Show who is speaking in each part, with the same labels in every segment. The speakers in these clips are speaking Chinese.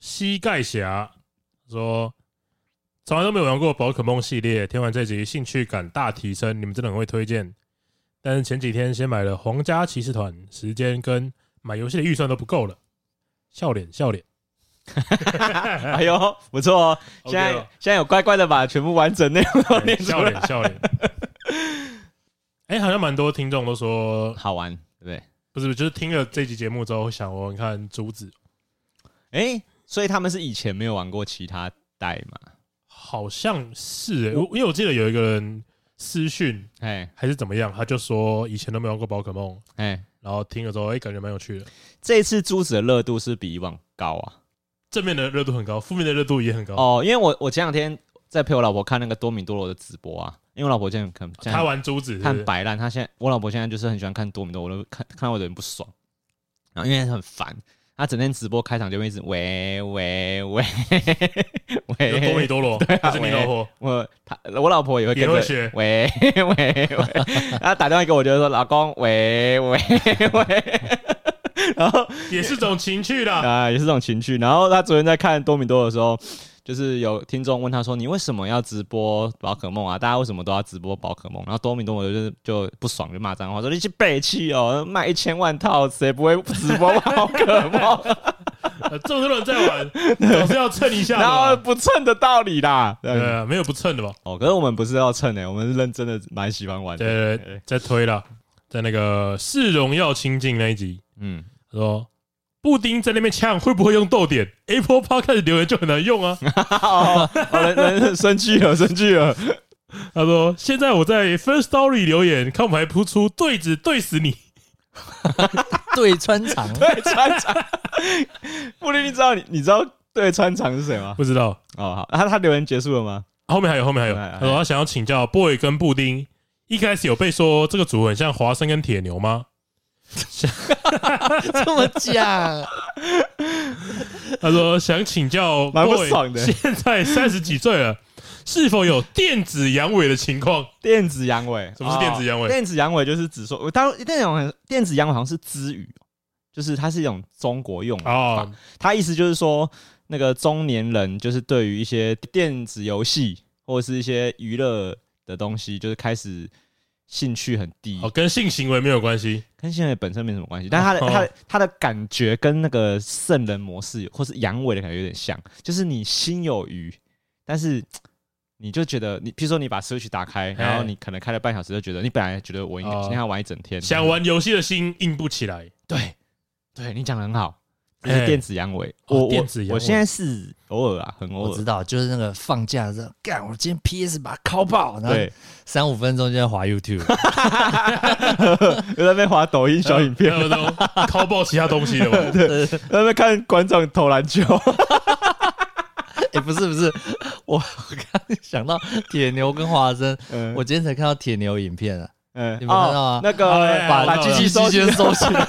Speaker 1: 膝盖侠说，从来都没有玩过宝可梦系列，听完这集兴趣感大提升，你们真的很会推荐。但是前几天先买了皇家骑士团，时间跟买游戏的预算都不够了，笑脸笑脸。
Speaker 2: 哎呦，不错哦！现在
Speaker 1: OK 哦
Speaker 2: 现在有乖乖的把全部完整内容都
Speaker 1: 对
Speaker 2: 念出
Speaker 1: 笑
Speaker 2: 来，
Speaker 1: 脸笑脸。哎、好像蛮多听众都说，
Speaker 2: 好玩，对不对？
Speaker 1: 不是，就是听了这集节目之后，想哦我你看竹子
Speaker 2: 哎、所以他们是以前没有玩过其他代嘛？
Speaker 1: 好像是、欸，我因为我记得有一个人私讯
Speaker 2: 哎
Speaker 1: 还是怎么样，他就说以前都没玩过宝可梦，
Speaker 2: 哎，
Speaker 1: 然后听了之后，哎、感觉蛮有趣的。
Speaker 2: 这次珠子的热度是比以往高啊！
Speaker 1: 正面的热度很高，负面的热度也很高。
Speaker 2: 哦，因为我我前两天在陪我老婆看那个多米多罗的直播啊，因为我老婆现在可能现
Speaker 1: 他
Speaker 2: 在
Speaker 1: 玩珠子是不
Speaker 2: 看
Speaker 1: 是，
Speaker 2: 白烂，她现在我老婆现在就是很喜欢看多米多，罗，我都看看到我有点不爽，然后因为很烦。她整天直播开场就会一直喂喂喂
Speaker 1: 就多米
Speaker 2: 喂，
Speaker 1: 多 罗，还是米老虎，
Speaker 2: 我她我老婆也会跟
Speaker 1: 也会
Speaker 2: 着
Speaker 1: 学。
Speaker 2: 喂 喂喂， 然后打电话给我，就说老公喂喂喂，然后
Speaker 1: 也是种情趣啦。
Speaker 2: 啊、也是这种情绪。然后他昨天在看多米多的时候，就是有听众问他说：“你为什么要直播宝可梦啊？大家为什么都要直播宝可梦？”然后多米多就是就不爽，就骂脏话说：“你去背弃哦，卖一千万套，谁不会直播宝可梦？
Speaker 1: 呃这么多人在 玩，总是要蹭一下
Speaker 2: 然后嗯
Speaker 1: 的嘛。
Speaker 2: 不蹭的道理啦。”对
Speaker 1: 对啊，没有不蹭的吧？
Speaker 2: 哦，可是我们不是要蹭诶、我们是认真的，蛮喜欢玩的。
Speaker 1: 对对
Speaker 2: 对
Speaker 1: 对，在推啦，在那个是荣耀清净那一集，
Speaker 2: 嗯，
Speaker 1: 他说布丁在那边呛，会不会用逗点？Apple Podcast 留言就很难用 啊。
Speaker 2: 哦，哦人人生气了，生气了。
Speaker 1: 他说现在我在 First Story 留言，看我们还扑出对子对死你。
Speaker 3: 对穿 肠，
Speaker 2: 对穿肠。布林，你知道你你知道对穿肠是谁吗？
Speaker 1: 不知道
Speaker 2: 哦，好，他他留言结束了吗？
Speaker 1: 后面还有后面还有，
Speaker 2: 哎哎
Speaker 1: 他说他想要请教 Boy 跟布丁，一开始有被说这个组很像华生跟铁牛吗？
Speaker 3: 这么讲，
Speaker 1: 他说想请教
Speaker 2: 蛮不
Speaker 1: Boy，
Speaker 2: 爽的
Speaker 1: 现在三十几岁了，是否有电子阳痿的情况？
Speaker 2: 电子阳痿，
Speaker 1: 什么是电子阳痿
Speaker 2: 哦电子阳痿就是指说，我当那种很电子阳痿好像是支语，就是它是一种中国用语。
Speaker 1: 哦，
Speaker 2: 它意思就是说，那个中年人就是对于一些电子游戏或者是一些娱乐的东西，就是开始兴趣很低。
Speaker 1: 哦，跟性行为没有关系。
Speaker 2: 跟现在本身没什么关系，但他的、
Speaker 1: 哦
Speaker 2: 他的他的感觉跟那个圣人模式或是阳痿的感觉有点像，就是你心有余，但是嘖你就觉得你，譬如说你把 Switch 打开，然后你可能开了半小时，就觉得你本来觉得我应该
Speaker 1: 哦
Speaker 2: 今天要玩一整天，
Speaker 1: 想玩游戏的心硬不起来，
Speaker 2: 对，对你讲的很好，就
Speaker 1: 哎
Speaker 2: 是电子阳痿。
Speaker 1: 哦
Speaker 2: 我我
Speaker 1: 电子阳痿
Speaker 2: 我现在是偶尔啊，很偶
Speaker 3: 我知
Speaker 2: 尔，
Speaker 3: 道，就是那个放假的时候，干，我今天 PS 把它敲爆，然后
Speaker 2: 对，
Speaker 3: 三五分钟就在滑 YouTube，
Speaker 2: 又在那边滑抖音小影片，
Speaker 1: 那都敲爆其他东西了 吧？
Speaker 2: 在那边看馆长投篮球，
Speaker 3: 哎，不是不是，我 我刚想到铁牛跟华生，
Speaker 2: 嗯
Speaker 3: 我今天才看到铁牛影片啊，
Speaker 2: 嗯
Speaker 3: 你们看到
Speaker 2: 哦
Speaker 3: 吗，
Speaker 2: 那
Speaker 1: 哦哎
Speaker 2: 个
Speaker 1: 哎
Speaker 3: 把
Speaker 2: 把
Speaker 1: 我
Speaker 2: 机
Speaker 1: 知道
Speaker 2: 器收
Speaker 3: 机器
Speaker 2: 起
Speaker 3: 先
Speaker 2: 来，
Speaker 3: 收起来，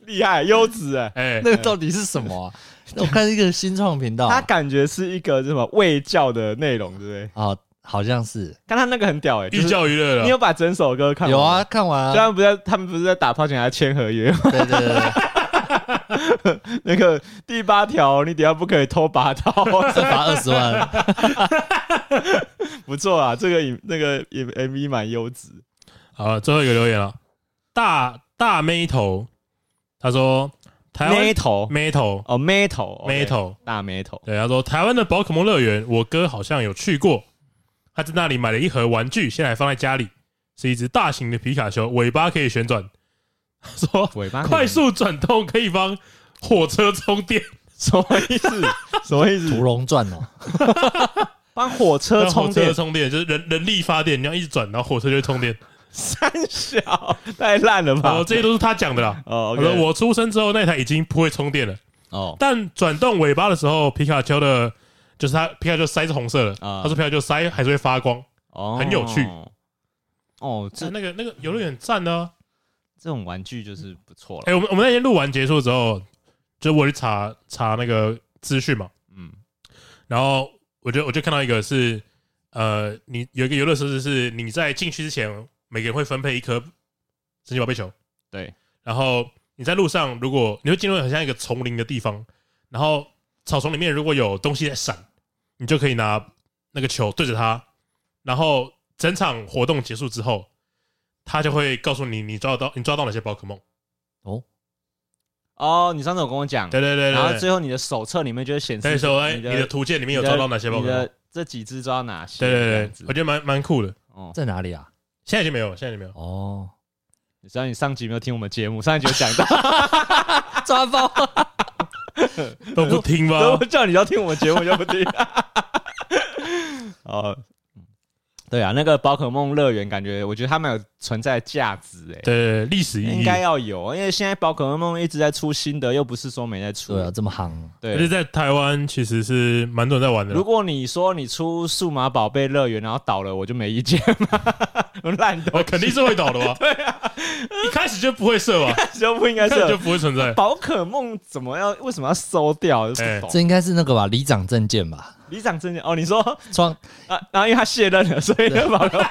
Speaker 2: 厉害，优质哎。
Speaker 1: 哎，
Speaker 3: 那个到底是什么啊？我看一个新创频道
Speaker 2: 他
Speaker 3: 啊，
Speaker 2: 感觉是一个什么卫教的内容，对不对？
Speaker 3: 哦好像是
Speaker 2: 但他那个很屌哎、欸，就
Speaker 1: 寓
Speaker 2: 是
Speaker 1: 教于啊乐
Speaker 2: 你
Speaker 1: 了。
Speaker 2: 有把整首歌看完
Speaker 3: 有
Speaker 2: 吗
Speaker 3: 啊，？看完
Speaker 2: 虽
Speaker 3: 啊，
Speaker 2: 然不是在他们不是在打炮前还签合约吗，
Speaker 3: 对对对对，
Speaker 2: 那个第八条，你等下不可以偷拔刀，
Speaker 3: 再罚二十万。
Speaker 2: 不错啊，这个影那个影 MV 蛮优质，
Speaker 1: 好了，最后一个留言了，大大妹头，他说台湾
Speaker 2: 妹头
Speaker 1: 妹头
Speaker 2: 哦妹头
Speaker 1: 妹
Speaker 2: 头
Speaker 1: 头，
Speaker 2: 大妹头，
Speaker 1: 对，他说台湾的宝可梦乐园，我哥好像有去过，他在那里买了一盒玩具，现在还放在家里，是一只大型的皮卡丘，尾巴可以旋转，他说
Speaker 2: 尾巴
Speaker 1: 快速转动可以帮火车充电，
Speaker 2: 什么 意思？什么意
Speaker 3: 《屠
Speaker 2: 思？
Speaker 3: 龙传》哦，
Speaker 2: 帮火 车
Speaker 1: 让
Speaker 2: 充
Speaker 1: 火车
Speaker 2: 电，
Speaker 1: 充电就是人人力发电，你要一直转，然后火车就会充 电。
Speaker 2: 三小太烂了吧
Speaker 1: 哦，？这些都是他讲的啦。
Speaker 2: 哦
Speaker 1: 我
Speaker 2: ，OK，
Speaker 1: 说我出生之后那台已经不会充电了，
Speaker 2: 哦
Speaker 1: 但转动尾巴的时候，皮卡丘的，就是它皮卡丘腮是红色的，
Speaker 2: 啊
Speaker 1: 他说皮卡丘腮还是会发光。
Speaker 2: 哦
Speaker 1: 很有趣
Speaker 2: 哦，这
Speaker 1: 这那个那个游乐园啊站呢？
Speaker 2: 这种玩具就是不错了，
Speaker 1: 哎，我们我们那天录完结束之后，就我去查查那个资讯嘛，
Speaker 2: 嗯，
Speaker 1: 然后我就我就看到一个是，呃，你有一个游乐设施是你在进去之前，每个人会分配一颗神奇宝贝球，
Speaker 2: 对，
Speaker 1: 然后你在路上，如果你会进入很像一个丛林的地方，然后草丛里面如果有东西在闪，你就可以拿那个球对着它，然后整场活动结束之后，它就会告诉你你抓得到你抓到哪些宝可梦。
Speaker 2: 哦，你上次有跟我讲，
Speaker 1: 对对对
Speaker 2: 然后
Speaker 1: 对对，
Speaker 2: 最后你的手册里面就会显
Speaker 1: 所以
Speaker 2: 示
Speaker 1: 说哎，
Speaker 2: 你
Speaker 1: 你
Speaker 2: 的
Speaker 1: 的图鉴里面有
Speaker 2: 你的
Speaker 1: 抓到哪些宝
Speaker 2: 你
Speaker 1: 可梦？
Speaker 2: 的这几只抓哪些，
Speaker 1: 对
Speaker 2: 这
Speaker 1: 对
Speaker 2: 样
Speaker 1: 对
Speaker 2: 子，
Speaker 1: 我觉得蛮蛮酷的。
Speaker 2: 哦，
Speaker 3: 在哪里啊？
Speaker 1: 现在已经没有，现在已经没有。
Speaker 3: 哦，
Speaker 2: 你知道你上集没有听我们节目，上一集有 讲到，
Speaker 3: 抓包，
Speaker 1: 都不听
Speaker 2: 所以
Speaker 1: 吧
Speaker 2: 我？叫你要听我们节目，你就不听。 哦，对啊，那个宝可梦乐园，感觉我觉得他们有存在价值哎、
Speaker 1: 对，历史意
Speaker 2: 应
Speaker 1: 义，
Speaker 2: 该要有，因为现在宝可梦一直在出新的，又不是说没在出。
Speaker 3: 对啊，这么夯，
Speaker 1: 而且
Speaker 2: 对，
Speaker 1: 在台湾其实是蛮多人在玩的啦
Speaker 2: 如。果你说你出数码宝贝乐园，然后倒了，我就没意见嘛， 烂
Speaker 1: 我
Speaker 2: 的
Speaker 1: 哦肯定是会倒的 吧？对啊， 一开始就不会射吧？
Speaker 2: 就 不应该。
Speaker 1: 一开始就是不会存在。
Speaker 2: 宝可梦怎么要为什么要收掉？就不懂。
Speaker 3: 这应该是那个吧？里长证件吧？
Speaker 2: 里长真的哦，你说
Speaker 3: 创
Speaker 2: 啊，然后因为他卸任了，所以那宝可梦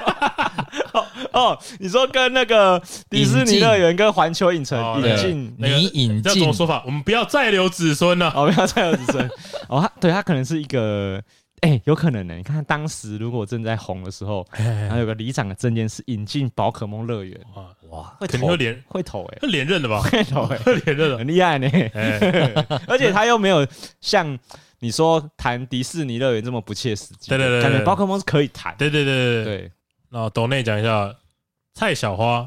Speaker 2: 哦哦，你说跟那个迪士尼乐园跟环球影城
Speaker 1: 哦
Speaker 2: 引
Speaker 1: 对
Speaker 2: 进
Speaker 1: 那个
Speaker 3: 你引
Speaker 1: 这
Speaker 3: 进
Speaker 1: 种说法，我们不要再留子孙啊了。
Speaker 2: 哦，不要再有子孙哦，他对他可能是一个哎、有可能呢、你看当时如果正在红的时候，然后有个里长的证件是引进宝可梦乐园，
Speaker 1: 哇，
Speaker 3: 哇，
Speaker 2: 会
Speaker 1: 肯
Speaker 2: 投
Speaker 1: 定会连
Speaker 2: 会投哎、
Speaker 1: 会连任的吧？
Speaker 2: 会投哎、
Speaker 1: 会连任的。
Speaker 2: 很厉害呢、
Speaker 1: 哎，
Speaker 2: 而且他又没有像你说谈迪士尼乐园这么不切实际，
Speaker 1: 对对对对
Speaker 2: 感觉宝可梦是可以谈，
Speaker 1: 对对对对对。
Speaker 2: 对，
Speaker 1: 那我抖内讲一下，蔡小花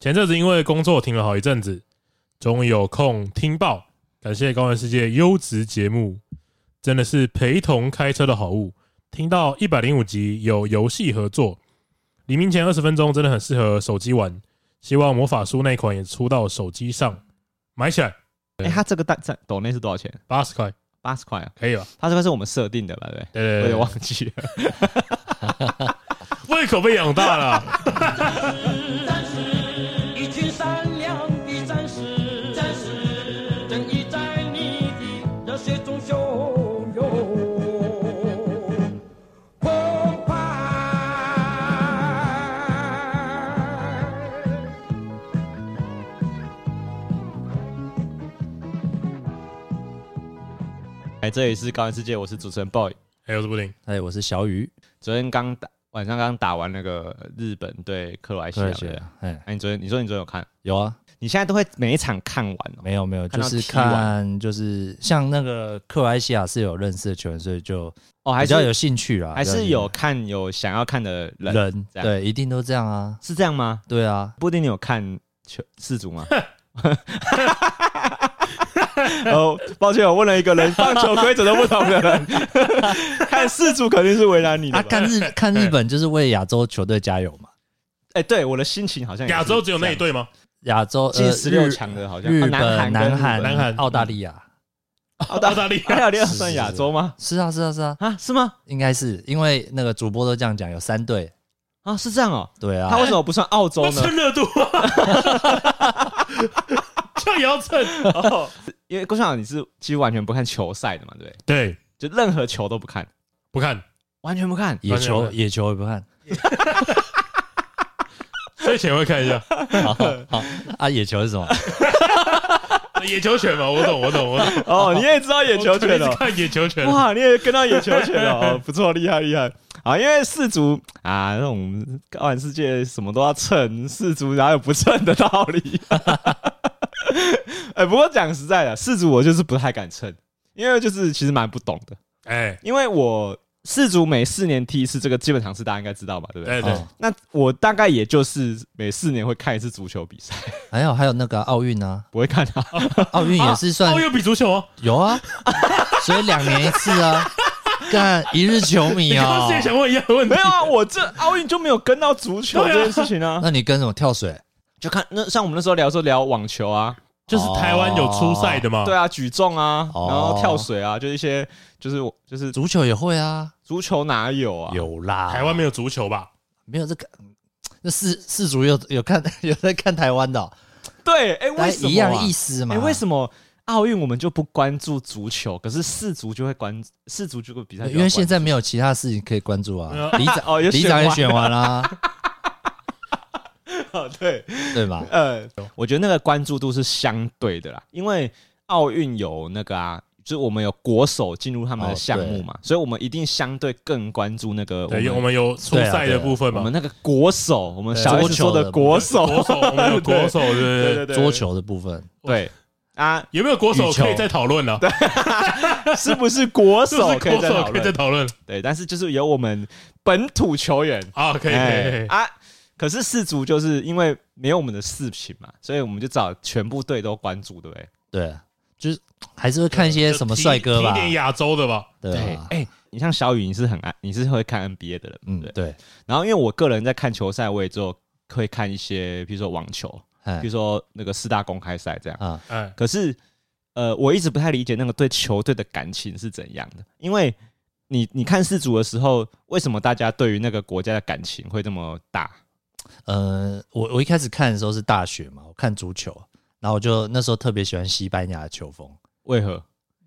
Speaker 1: 前阵子因为工作停了好一阵子，终于有空听报，感谢《高玩世界》优质节目，真的是陪同开车的好物。听到一百零五集有游戏合作，黎明前二十分钟真的很适合手机玩，希望魔法书那款也出到手机上，买起来
Speaker 2: 哎、他这个大赞抖内是多少钱？
Speaker 1: 八十块
Speaker 2: 八十块啊，
Speaker 1: 可以吧？
Speaker 2: 他这个是我们设定的吧？对不
Speaker 1: 对
Speaker 2: 对，
Speaker 1: 对
Speaker 2: 我
Speaker 1: 对
Speaker 2: 也
Speaker 1: 对，
Speaker 2: 忘记了。
Speaker 1: 胃口被养大了，
Speaker 4: 战士，一群善良的战士，战士，正义在你的热血中汹涌澎湃。
Speaker 2: 哎，这里是高玩世界，我是主持人 boy。
Speaker 1: 还有是布 丁，
Speaker 3: 哎，我是小雨，
Speaker 2: 昨天刚打，晚上刚打完那个日本对克罗埃西亚的。
Speaker 3: 哎，
Speaker 2: 哎，你昨天你说你昨天有看？
Speaker 3: 有啊，
Speaker 2: 你现在都会每一场看完哦？
Speaker 3: 没有没有，
Speaker 2: 看
Speaker 3: 就
Speaker 2: 到
Speaker 3: 是
Speaker 2: T 完
Speaker 3: 看就是像那个克罗埃西亚是有认识的球员，所以就
Speaker 2: 哦，还
Speaker 3: 比较有
Speaker 2: 是
Speaker 3: 兴趣啦，
Speaker 2: 还
Speaker 3: 比较
Speaker 2: 是有看有想要看的
Speaker 3: 兴趣
Speaker 2: 人，
Speaker 3: 人，
Speaker 2: 这样
Speaker 3: 对，一定都这样啊，
Speaker 2: 是这样吗？
Speaker 3: 对啊，
Speaker 2: 布丁，你有看球四足吗？ 哦，抱歉，我问了一个人棒球规则都不懂的人， 看四足肯定是为难你的
Speaker 3: 啊，
Speaker 2: 吧。
Speaker 3: 看 日看日本就是为亚洲球队加油嘛，
Speaker 2: 哎、对，我的心情好像也是
Speaker 1: 亚洲只有那一
Speaker 2: 这样
Speaker 1: 队吗？
Speaker 3: 亚洲呃
Speaker 2: 进十六
Speaker 3: 日
Speaker 2: 强的好像，
Speaker 3: 日
Speaker 2: 啊
Speaker 3: 本、
Speaker 2: 韩、嗯南
Speaker 3: 南韩、
Speaker 1: 南韩
Speaker 3: 澳大利亚，
Speaker 2: 澳
Speaker 1: 澳
Speaker 2: 大利
Speaker 1: 大利
Speaker 2: 亚，
Speaker 1: 亚
Speaker 2: 澳大利亚
Speaker 3: 是是
Speaker 2: 算
Speaker 3: 是
Speaker 2: 亚洲吗？
Speaker 3: 是啊是啊是啊，
Speaker 2: 啊，是吗？
Speaker 3: 应该是因为那个主播都这样讲，有三队，
Speaker 2: 啊，是这样哦。
Speaker 3: 对啊
Speaker 2: 他，为什么不算澳洲
Speaker 1: 要
Speaker 2: 呢？
Speaker 1: 蹭热 度啊，这也要蹭？
Speaker 2: 哦因为郭校长你是几乎完全不看球赛的嘛，对不对？
Speaker 1: 对，
Speaker 2: 就任何球都不看，
Speaker 1: 不看，
Speaker 2: 完全不看。
Speaker 3: 野
Speaker 1: 完
Speaker 3: 球
Speaker 1: 全
Speaker 3: 野球也不看
Speaker 1: 所以前会看一下
Speaker 3: 啊，野球是什么？
Speaker 1: 野球拳嘛，我懂，我懂，我懂。
Speaker 2: 哦，你也知道野球拳
Speaker 1: 我
Speaker 2: 哦
Speaker 1: 一直。看野球拳，
Speaker 2: 哇，你也跟到野球拳 哦，哦不错，厉害厉害啊！因为四足啊，那种高玩世界什么都要蹭，四足哪有不蹭的道理？ 哎、不过讲实在的，四足我就是不太敢蹭，因为就是其实蛮不懂的，
Speaker 1: 哎，
Speaker 2: 因为我四足每四年踢一次，这个基本常识大家应该知道吧， 对不对？
Speaker 1: 对对
Speaker 3: 哦，
Speaker 2: 那我大概也就是每四年会看一次足球比赛，
Speaker 3: 还有还有那个奥运啊，
Speaker 2: 不会看到、
Speaker 3: 奥运
Speaker 2: 啊
Speaker 3: 也是算
Speaker 1: 哦，又比足球哦，
Speaker 3: 有 啊，所以两年一次啊，干一日球迷
Speaker 1: 你刚
Speaker 3: 啊
Speaker 1: 刚、是也想问一样的问
Speaker 2: 没
Speaker 1: 题
Speaker 2: 有，啊，我这奥运就没有跟到足球
Speaker 1: 对啊
Speaker 2: 这件事情啊。
Speaker 3: 那你跟什么跳水？
Speaker 2: 就看那像我们那时候聊说聊网球啊，
Speaker 1: 就是台湾有出赛的嘛？
Speaker 2: 对啊，举重啊，
Speaker 3: 哦
Speaker 2: 然后跳水啊，就一些就是我就是
Speaker 3: 足球也会啊，
Speaker 2: 足球哪有啊？
Speaker 3: 有啦，
Speaker 1: 台湾没有足球吧？
Speaker 3: 没有这个。那四四组有有看 有在看台湾的哦、
Speaker 2: 对，哎，
Speaker 3: 大
Speaker 2: 为
Speaker 3: 概
Speaker 2: 什么啊
Speaker 3: 一样意思嘛？
Speaker 2: 哎，为什么奥运我们就不关注足球，可是世足就会关世足这个比赛就要关注？
Speaker 3: 因为现在没 有其他事情可以关注啊
Speaker 1: 没有。
Speaker 3: 里长
Speaker 2: 哦有
Speaker 3: 里
Speaker 2: 选
Speaker 3: 长
Speaker 2: 完
Speaker 3: 也选完啦、
Speaker 2: 对，
Speaker 3: 啊对吧？
Speaker 2: 呃，我觉得那个关注度是相对的啦，因为奥运有那个啊，就是我们有国手进入他
Speaker 3: 哦
Speaker 2: 们的项目嘛，所以我们一定相对更关注那个我
Speaker 1: 对，啊
Speaker 2: 们
Speaker 1: 有我们有初赛的部分
Speaker 2: 我
Speaker 1: 嘛
Speaker 2: 们，那个国手，我们小 S 说的国手，
Speaker 1: 国 手，我们有国手，对对对，
Speaker 2: 对
Speaker 3: 桌球的部分，
Speaker 2: 对啊，
Speaker 1: 有没有国手
Speaker 3: 羽球
Speaker 1: 可以再讨论了？对，
Speaker 2: 是不是国
Speaker 1: 是不
Speaker 2: 手
Speaker 1: 是
Speaker 2: 可以
Speaker 1: 国
Speaker 2: 再讨
Speaker 1: 手可以再
Speaker 2: 论？
Speaker 1: 讨论
Speaker 2: 对，但是就是有我们本土球员，
Speaker 1: 啊？可以可以可以，
Speaker 2: 啊。可是四足就是因为没有我们的事情嘛，所以我们就找全部队都关注，对不对？
Speaker 3: 对，就是还是会看一些什么帅哥
Speaker 1: 提
Speaker 3: 吧，
Speaker 1: 点亚洲的吧？
Speaker 3: 对
Speaker 1: 啊
Speaker 3: 吧？
Speaker 2: 哎、你像小雨，你是很爱，你是会看 NBA 的人，
Speaker 3: 嗯，
Speaker 2: 对。
Speaker 3: 对，
Speaker 2: 然后因为我个人在看球赛，我也只有会看一些，比如说网球，比
Speaker 3: 哎
Speaker 2: 如说那个四大公开赛这样。
Speaker 3: 啊，
Speaker 1: 哎，
Speaker 2: 可是，呃，我一直不太理解那个对球队的感情是怎样的，因为你你看世足的时候，为什么大家对于那个国家的感情会这么大？
Speaker 3: 呃，我我一开始看的时候是大学嘛，我看足球，然后我就那时候特别喜欢西班牙的球风，
Speaker 2: 为何？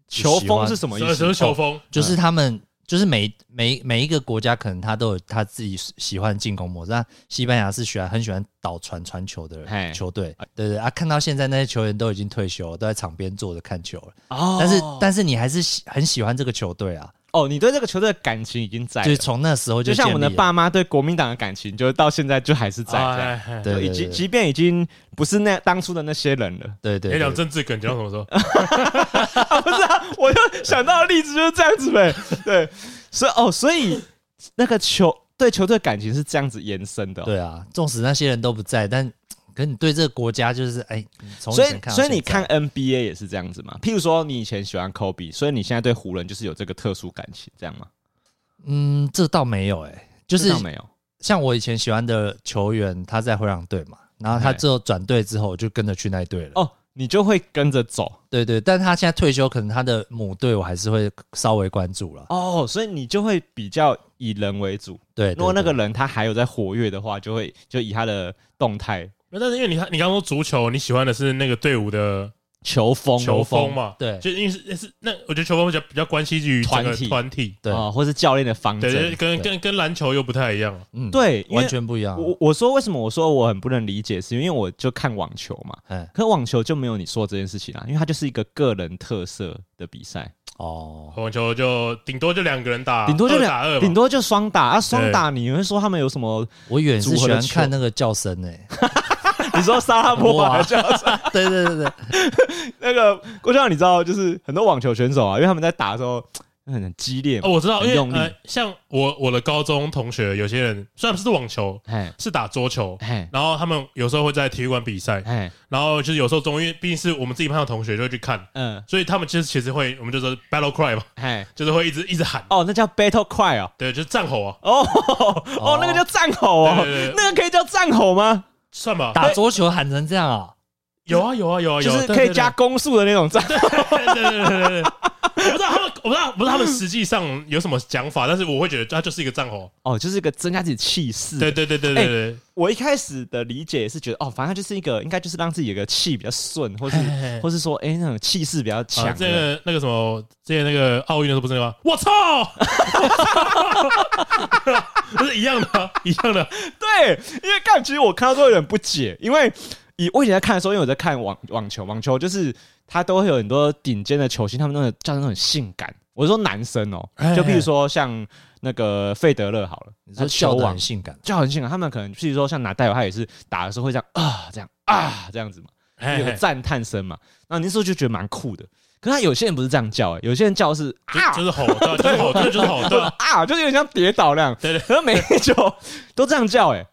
Speaker 3: 喜
Speaker 2: 球
Speaker 3: 欢
Speaker 2: 风是什么
Speaker 1: 什
Speaker 2: 意
Speaker 1: 么什么
Speaker 2: 思？哦
Speaker 1: 球风？
Speaker 2: 嗯
Speaker 3: 就是他们。就是每每每一个国家，可能他都有他自己喜欢的进攻模式。那西班牙是喜欢很喜欢倒传传球的
Speaker 2: 嘿
Speaker 3: 球队，对对啊。看到现在那些球员都已经退休了，都在场边坐着看球了。
Speaker 2: 哦
Speaker 3: 但是但是你还是喜很喜欢这个球队啊，
Speaker 2: 哦，你对这个球队的感情已经在了，
Speaker 3: 就是从那时候
Speaker 2: 哎就
Speaker 3: 就
Speaker 2: 像我们的
Speaker 3: 建立了
Speaker 2: 爸妈对国民党的感情，就是到现在就还是在这样。
Speaker 1: 哎，哎哎
Speaker 3: 对
Speaker 2: 就
Speaker 3: 对
Speaker 2: 已
Speaker 3: 对
Speaker 2: 经，
Speaker 3: 对，
Speaker 2: 即便已经不是那当初的那些人了
Speaker 3: 对对
Speaker 1: 你哎讲
Speaker 3: 对，
Speaker 1: 政治梗讲到什么时候？
Speaker 2: 不是啊？我就想到的例子就是这样子呗。 对，所以哦，所以那个球对球队感情是这样子延伸的哦、
Speaker 3: 对啊，纵使那些人都不在，但可你对这个国家就是哎，你从
Speaker 2: 所
Speaker 3: 前
Speaker 2: 以，
Speaker 3: 看到
Speaker 2: 所以你
Speaker 3: 现在
Speaker 2: 看 NBA 也是这样子嘛？譬如说，你以前喜欢 Kobe，所以你现在对湖人就是有这个特殊感情，这样吗？
Speaker 3: 嗯，这倒没有哎、就
Speaker 2: 就是没有
Speaker 3: 像我以前喜欢的球员，他在灰狼队嘛，然后他
Speaker 2: 哎
Speaker 3: 之后转队之后，我就跟着去那一队了。
Speaker 2: 哦，你就会跟着走
Speaker 3: 对对，但他现在退休，可能他的母队我还是会稍微关注了。
Speaker 2: 哦，所以你就会比较以人为主。
Speaker 3: 对，对
Speaker 2: 如果那个
Speaker 3: 对
Speaker 2: 人他还有在活跃的话，就会就以他的动态
Speaker 1: 没有但是因为你看，你刚刚说足球，你喜欢的是那个队伍的
Speaker 2: 球风
Speaker 1: 球风嘛？
Speaker 3: 对
Speaker 1: 就因为是是那，我觉得球风比较比较关系于整个
Speaker 2: 团体
Speaker 1: 团体，
Speaker 3: 对
Speaker 2: 啊、或是教练的方
Speaker 1: 对，
Speaker 2: 针
Speaker 1: 对，跟
Speaker 3: 对
Speaker 1: 跟跟篮球又不太一样。
Speaker 3: 嗯，
Speaker 2: 对，因为
Speaker 3: 完全不一样啊。
Speaker 2: 我我说为什么我说我很不能理解，是因为我就看网球嘛，
Speaker 3: 哎
Speaker 2: 可网球就没有你说这件事情啊，因为它就是一个个人特色的比赛，
Speaker 3: 哦，
Speaker 1: 网球就顶多就两个人打，
Speaker 2: 顶多就
Speaker 1: 二打
Speaker 2: 两，
Speaker 1: 二
Speaker 2: 顶
Speaker 1: 嘛。
Speaker 2: 多就双打啊，双打你会说他们有 什么？
Speaker 3: 我远是
Speaker 2: 组合
Speaker 3: 喜
Speaker 2: 的
Speaker 3: 欢
Speaker 2: 球
Speaker 3: 看那个叫声呢、欸。
Speaker 2: 你说沙拉波 娃这样子，
Speaker 3: 对对对对，
Speaker 2: 那个郭教授你知道，就是很多网球选手啊，因为他们在打的时候很激烈嘛
Speaker 1: 哦，，我知道，
Speaker 2: 很
Speaker 1: 因
Speaker 2: 用
Speaker 1: 为
Speaker 2: 力
Speaker 1: 呃，像我我的高中同学，有些人虽然不是网球，
Speaker 2: 哎
Speaker 1: 是打桌球，
Speaker 2: 哎
Speaker 1: 然后他们有时候会在体育馆比赛，
Speaker 2: 哎
Speaker 1: 然后就是有时候中，因为毕竟是我们自己班的同学，就会去看，
Speaker 2: 嗯
Speaker 1: 所以他们其实其实会，我们就是 battle cry 嘛，
Speaker 2: 哎，
Speaker 1: 就是会一直一直喊，
Speaker 2: 哦，那叫 battle cry 哦，
Speaker 1: 对，就是战吼啊，
Speaker 2: 哦哦，那个叫战吼哦
Speaker 1: 对对对，
Speaker 2: 那个可以叫战吼吗？
Speaker 1: 算吧，
Speaker 3: 打桌球喊成这样
Speaker 2: 哎
Speaker 3: 啊、
Speaker 1: 有啊有啊有啊有啊，
Speaker 2: 就是
Speaker 1: 对
Speaker 2: 可以加，攻速的那种战。
Speaker 1: 对对对对对对对，我不知道他们，我不知道我不知道他们实际上有什么讲法，但是我会觉得他就是一个战吼，
Speaker 2: 哦，就是一个增加自己气势。
Speaker 1: 对，对对对对对，
Speaker 2: 我一开始的理解是觉得，哦，反正就是一个应该就是让自己有个气比较顺，或是
Speaker 1: 嘿嘿嘿
Speaker 2: 或是说，哎，那种气势比较强
Speaker 1: 啊
Speaker 2: 的。
Speaker 1: 这个那个什么，之前那个奥运的时候不是那个吗？我操！不是一样的啊，一样的啊。
Speaker 2: 对，因为干，其实我看到都有点不解，因为以我以前在看的时候，因为我在看网网球，网球就是他都会有很多顶尖的球星，他们那种叫那种很性感。我说男生哦，
Speaker 1: 哎
Speaker 2: 就譬如说像那个费德勒好了，
Speaker 3: 你
Speaker 2: 他
Speaker 3: 说叫的
Speaker 2: 网
Speaker 3: 很性感，
Speaker 2: 就很性感，他们可能譬如说像拿戴尔，他也是打的时候会这样啊，这样啊，这样子嘛。
Speaker 1: 哎啊
Speaker 2: 有个赞叹声嘛，那你那时候就觉得蛮酷的。可是他有些人不是这样叫、欸，有些人叫是啊，
Speaker 1: 就就是吼，对啊就是吼，真的就是吼，对啊
Speaker 2: 啊，就是有点像跌倒那样。
Speaker 1: 对对
Speaker 2: 可是每一球都这样叫、欸，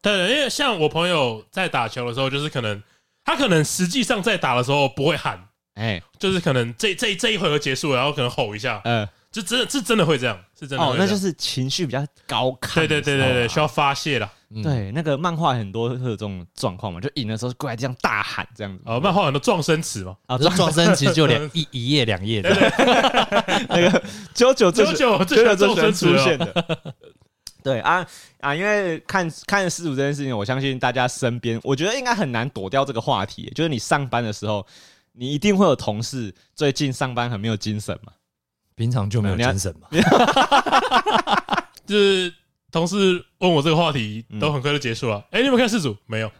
Speaker 1: 对对，因为像我朋友在打球的时候，就是可能他可能实际上在打的时候不会喊，
Speaker 2: 哎，
Speaker 1: 就是可能这这这一回合结束，然后可能吼一下，
Speaker 2: 哎，
Speaker 1: 就真的是真的会这样，是真
Speaker 2: 呃，
Speaker 1: 的
Speaker 2: 哦
Speaker 1: 会，这样。
Speaker 2: 那就是情绪比较高亢
Speaker 1: 对
Speaker 2: 的时候
Speaker 1: 对
Speaker 2: 啊。
Speaker 1: 对对对，需要发泄了。
Speaker 3: 嗯，
Speaker 2: 对那个漫画很多会有这种状况嘛，就赢的时候过来这样大喊这样子
Speaker 1: 哦，漫画很多撞声词嘛，
Speaker 2: 啊，
Speaker 3: 这
Speaker 2: 撞
Speaker 3: 撞声其实就两一一夜两夜的，
Speaker 2: 那个九 九
Speaker 1: 九九
Speaker 2: 这
Speaker 1: 最喜
Speaker 2: 个
Speaker 1: 欢撞
Speaker 2: 最喜
Speaker 1: 声
Speaker 2: 欢
Speaker 1: 词
Speaker 2: 出
Speaker 1: 了
Speaker 2: 现的。 对啊啊，因为看看失主这件事情，我相信大家身边，我觉得应该很难躲掉这个话题。就是你上班的时候，你一定会有同事最近上班很没有 精神嘛？
Speaker 3: 平常就没有
Speaker 2: 你要
Speaker 3: 精神嘛。
Speaker 1: 就是同事问我这个话题
Speaker 2: 嗯，
Speaker 1: 都很快就结束了。哎、你有没有看四组？没有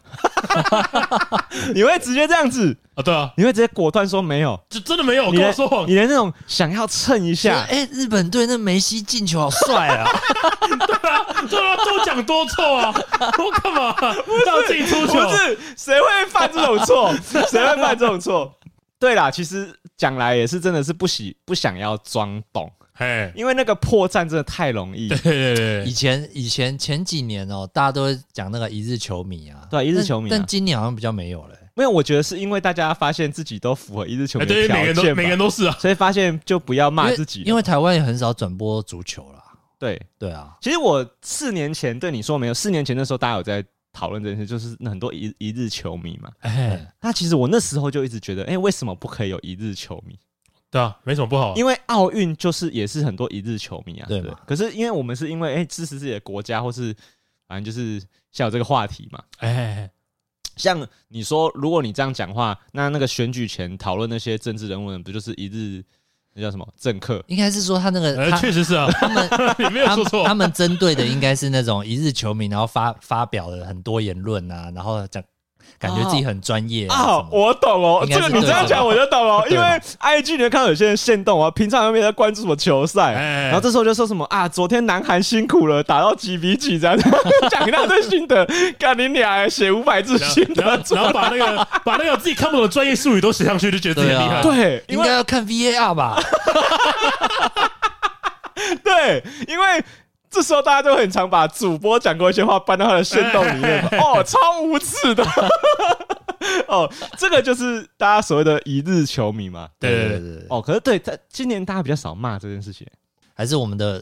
Speaker 2: 你会直接这样子，
Speaker 1: 啊？对啊，
Speaker 2: 你会直接果断说没有。
Speaker 1: 就真的没有。
Speaker 2: 你
Speaker 1: 跟我
Speaker 2: 连
Speaker 1: 说谎
Speaker 2: 你，连那种想要蹭一
Speaker 3: 就是
Speaker 2: 下，
Speaker 3: 哎，日本队那梅西进球好帅 啊！
Speaker 1: 对啊，多讲多错啊！ 我干嘛让自己出
Speaker 2: 不
Speaker 1: 糗？
Speaker 2: 是谁会犯这种 错？谁会犯这种错？对啦，其实讲来也是真的是不喜不想要装懂，
Speaker 1: 哎，
Speaker 2: 因为那个破绽真的太容易。
Speaker 1: 对对对
Speaker 3: 以
Speaker 1: 对，
Speaker 3: 前以前前几年哦，大家都会讲那个一日球迷啊，
Speaker 2: 对啊一日
Speaker 3: 但
Speaker 2: 球迷啊
Speaker 3: 但今年好像比较没有了。
Speaker 2: 没有，我觉得是因为大家发现自己都符合一日球
Speaker 1: 哎，
Speaker 2: 迷
Speaker 1: 对，
Speaker 2: 的
Speaker 1: 每个
Speaker 2: 条
Speaker 1: 人都每
Speaker 2: 件
Speaker 1: 个人
Speaker 2: 嘛，
Speaker 1: 都是啊。
Speaker 2: 所以发现就不要
Speaker 3: 因
Speaker 2: 骂
Speaker 3: 为
Speaker 2: 自己了
Speaker 3: 因为台湾也很少转播足球啦。
Speaker 2: 对，
Speaker 3: 对啊，
Speaker 2: 其实我四年前对你说没有，四年前那时候大家有在讨论这件事，就是很多一一日球迷嘛。
Speaker 3: 哎，
Speaker 2: 那其实我那时候就一直觉得，哎、为什么不可以有一日球迷？
Speaker 1: 对啊，没什么不好啊。
Speaker 2: 因为奥运就是也是很多一日球迷啊，
Speaker 3: 哦对
Speaker 2: 对
Speaker 3: 嘛
Speaker 2: 不对。可是因为我们是因为哎、支持自己的国家，或是反正就是像有这个话题嘛。
Speaker 1: 哎哎，哎
Speaker 2: 像你说，如果你这样讲话，那那个选举前讨论那些政治人物，不就是一日那叫什么政客？
Speaker 3: 应该是说他那个
Speaker 2: 哎
Speaker 1: 呃，
Speaker 3: 他
Speaker 1: 确实 是啊，
Speaker 3: 他们
Speaker 1: 你没有
Speaker 3: 他
Speaker 1: 说
Speaker 3: 们
Speaker 1: 错
Speaker 3: 他。们针对的应该是那种一日球迷，然后发发表了很多言论啊，然后讲感觉自己很专业啊什
Speaker 2: 啊
Speaker 3: 么，的。
Speaker 2: 我懂哦，
Speaker 3: 应该
Speaker 2: 这
Speaker 3: 是
Speaker 2: 个你这样讲我就懂哦，
Speaker 3: 对
Speaker 2: 因为
Speaker 3: 吧
Speaker 2: IG 你会看到有些人限动啊，平常又没在关注什么球赛，
Speaker 1: 哎
Speaker 2: 然后这时候就说什么啊，昨天南韩辛苦了，打到几比几这样， 讲一大堆心得，干你俩写五 百字
Speaker 1: 然
Speaker 2: 心
Speaker 1: 后然
Speaker 2: 得
Speaker 1: 后
Speaker 2: 出
Speaker 1: 然后
Speaker 2: 来，
Speaker 1: 把那个 把那个自己看不懂的专业术语都写上去，就觉得自己很厉害。
Speaker 3: 对
Speaker 2: 对，啊因
Speaker 3: 应
Speaker 2: 为
Speaker 3: 该要看 VAR 吧？
Speaker 2: 对，因为。这时候大家就很常把主播讲过一些话搬到他的线洞 里面嘛，哦，超无耻的， 哦，这个就是大家所谓的一日球迷嘛，
Speaker 1: 对对对对，
Speaker 3: 对对，
Speaker 2: 哦，可是对他今年大家比较少骂这件事情。
Speaker 3: 还是我们的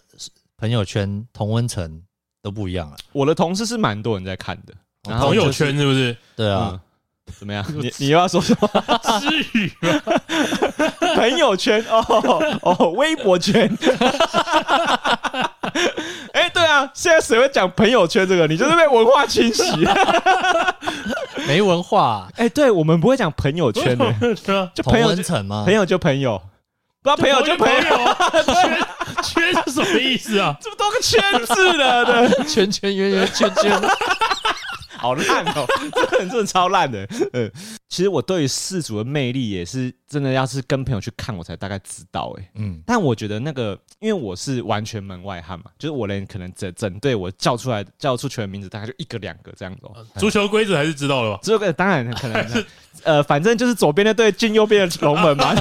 Speaker 3: 朋友圈同温层都不一样了。
Speaker 2: 我的同事是蛮多人在看的，然后
Speaker 1: 哦朋友
Speaker 2: 就是
Speaker 1: 圈是不 是？
Speaker 3: 对啊，
Speaker 2: 嗯，怎么样？你你又要说什么？
Speaker 1: 至于吗？
Speaker 2: 朋友圈哦哦，微博圈。 哎、对啊，现在谁会讲朋友圈这个？你就是被文化侵袭。嗯
Speaker 3: 没文化，
Speaker 2: 哎、对我们不会讲朋友圈的、
Speaker 1: 对啊，
Speaker 2: 就
Speaker 3: 同
Speaker 2: 朋友
Speaker 3: 温
Speaker 2: 就
Speaker 3: 层吗
Speaker 2: 朋？友就朋友，不知道朋友就朋友，
Speaker 1: 友啊， 圈圈是什么意思啊？
Speaker 2: 这么多个圈字的， 对，
Speaker 3: 圈圈圆圆圈圈，
Speaker 2: 好烂哦，这个人真的超烂的。嗯，其实我对于世主的魅力也是真的，要是跟朋友去看，我才大概知道、哎，
Speaker 3: 嗯，
Speaker 2: 但我觉得那个，因为我是完全门外汉嘛，就是我连可能整整队我叫出来叫出全名字，大概就一个两个这样子、哦。
Speaker 1: 足球规则还是知道了吧？
Speaker 2: 这个当然可能，呃，反正就是左边的队进右边的龙门嘛。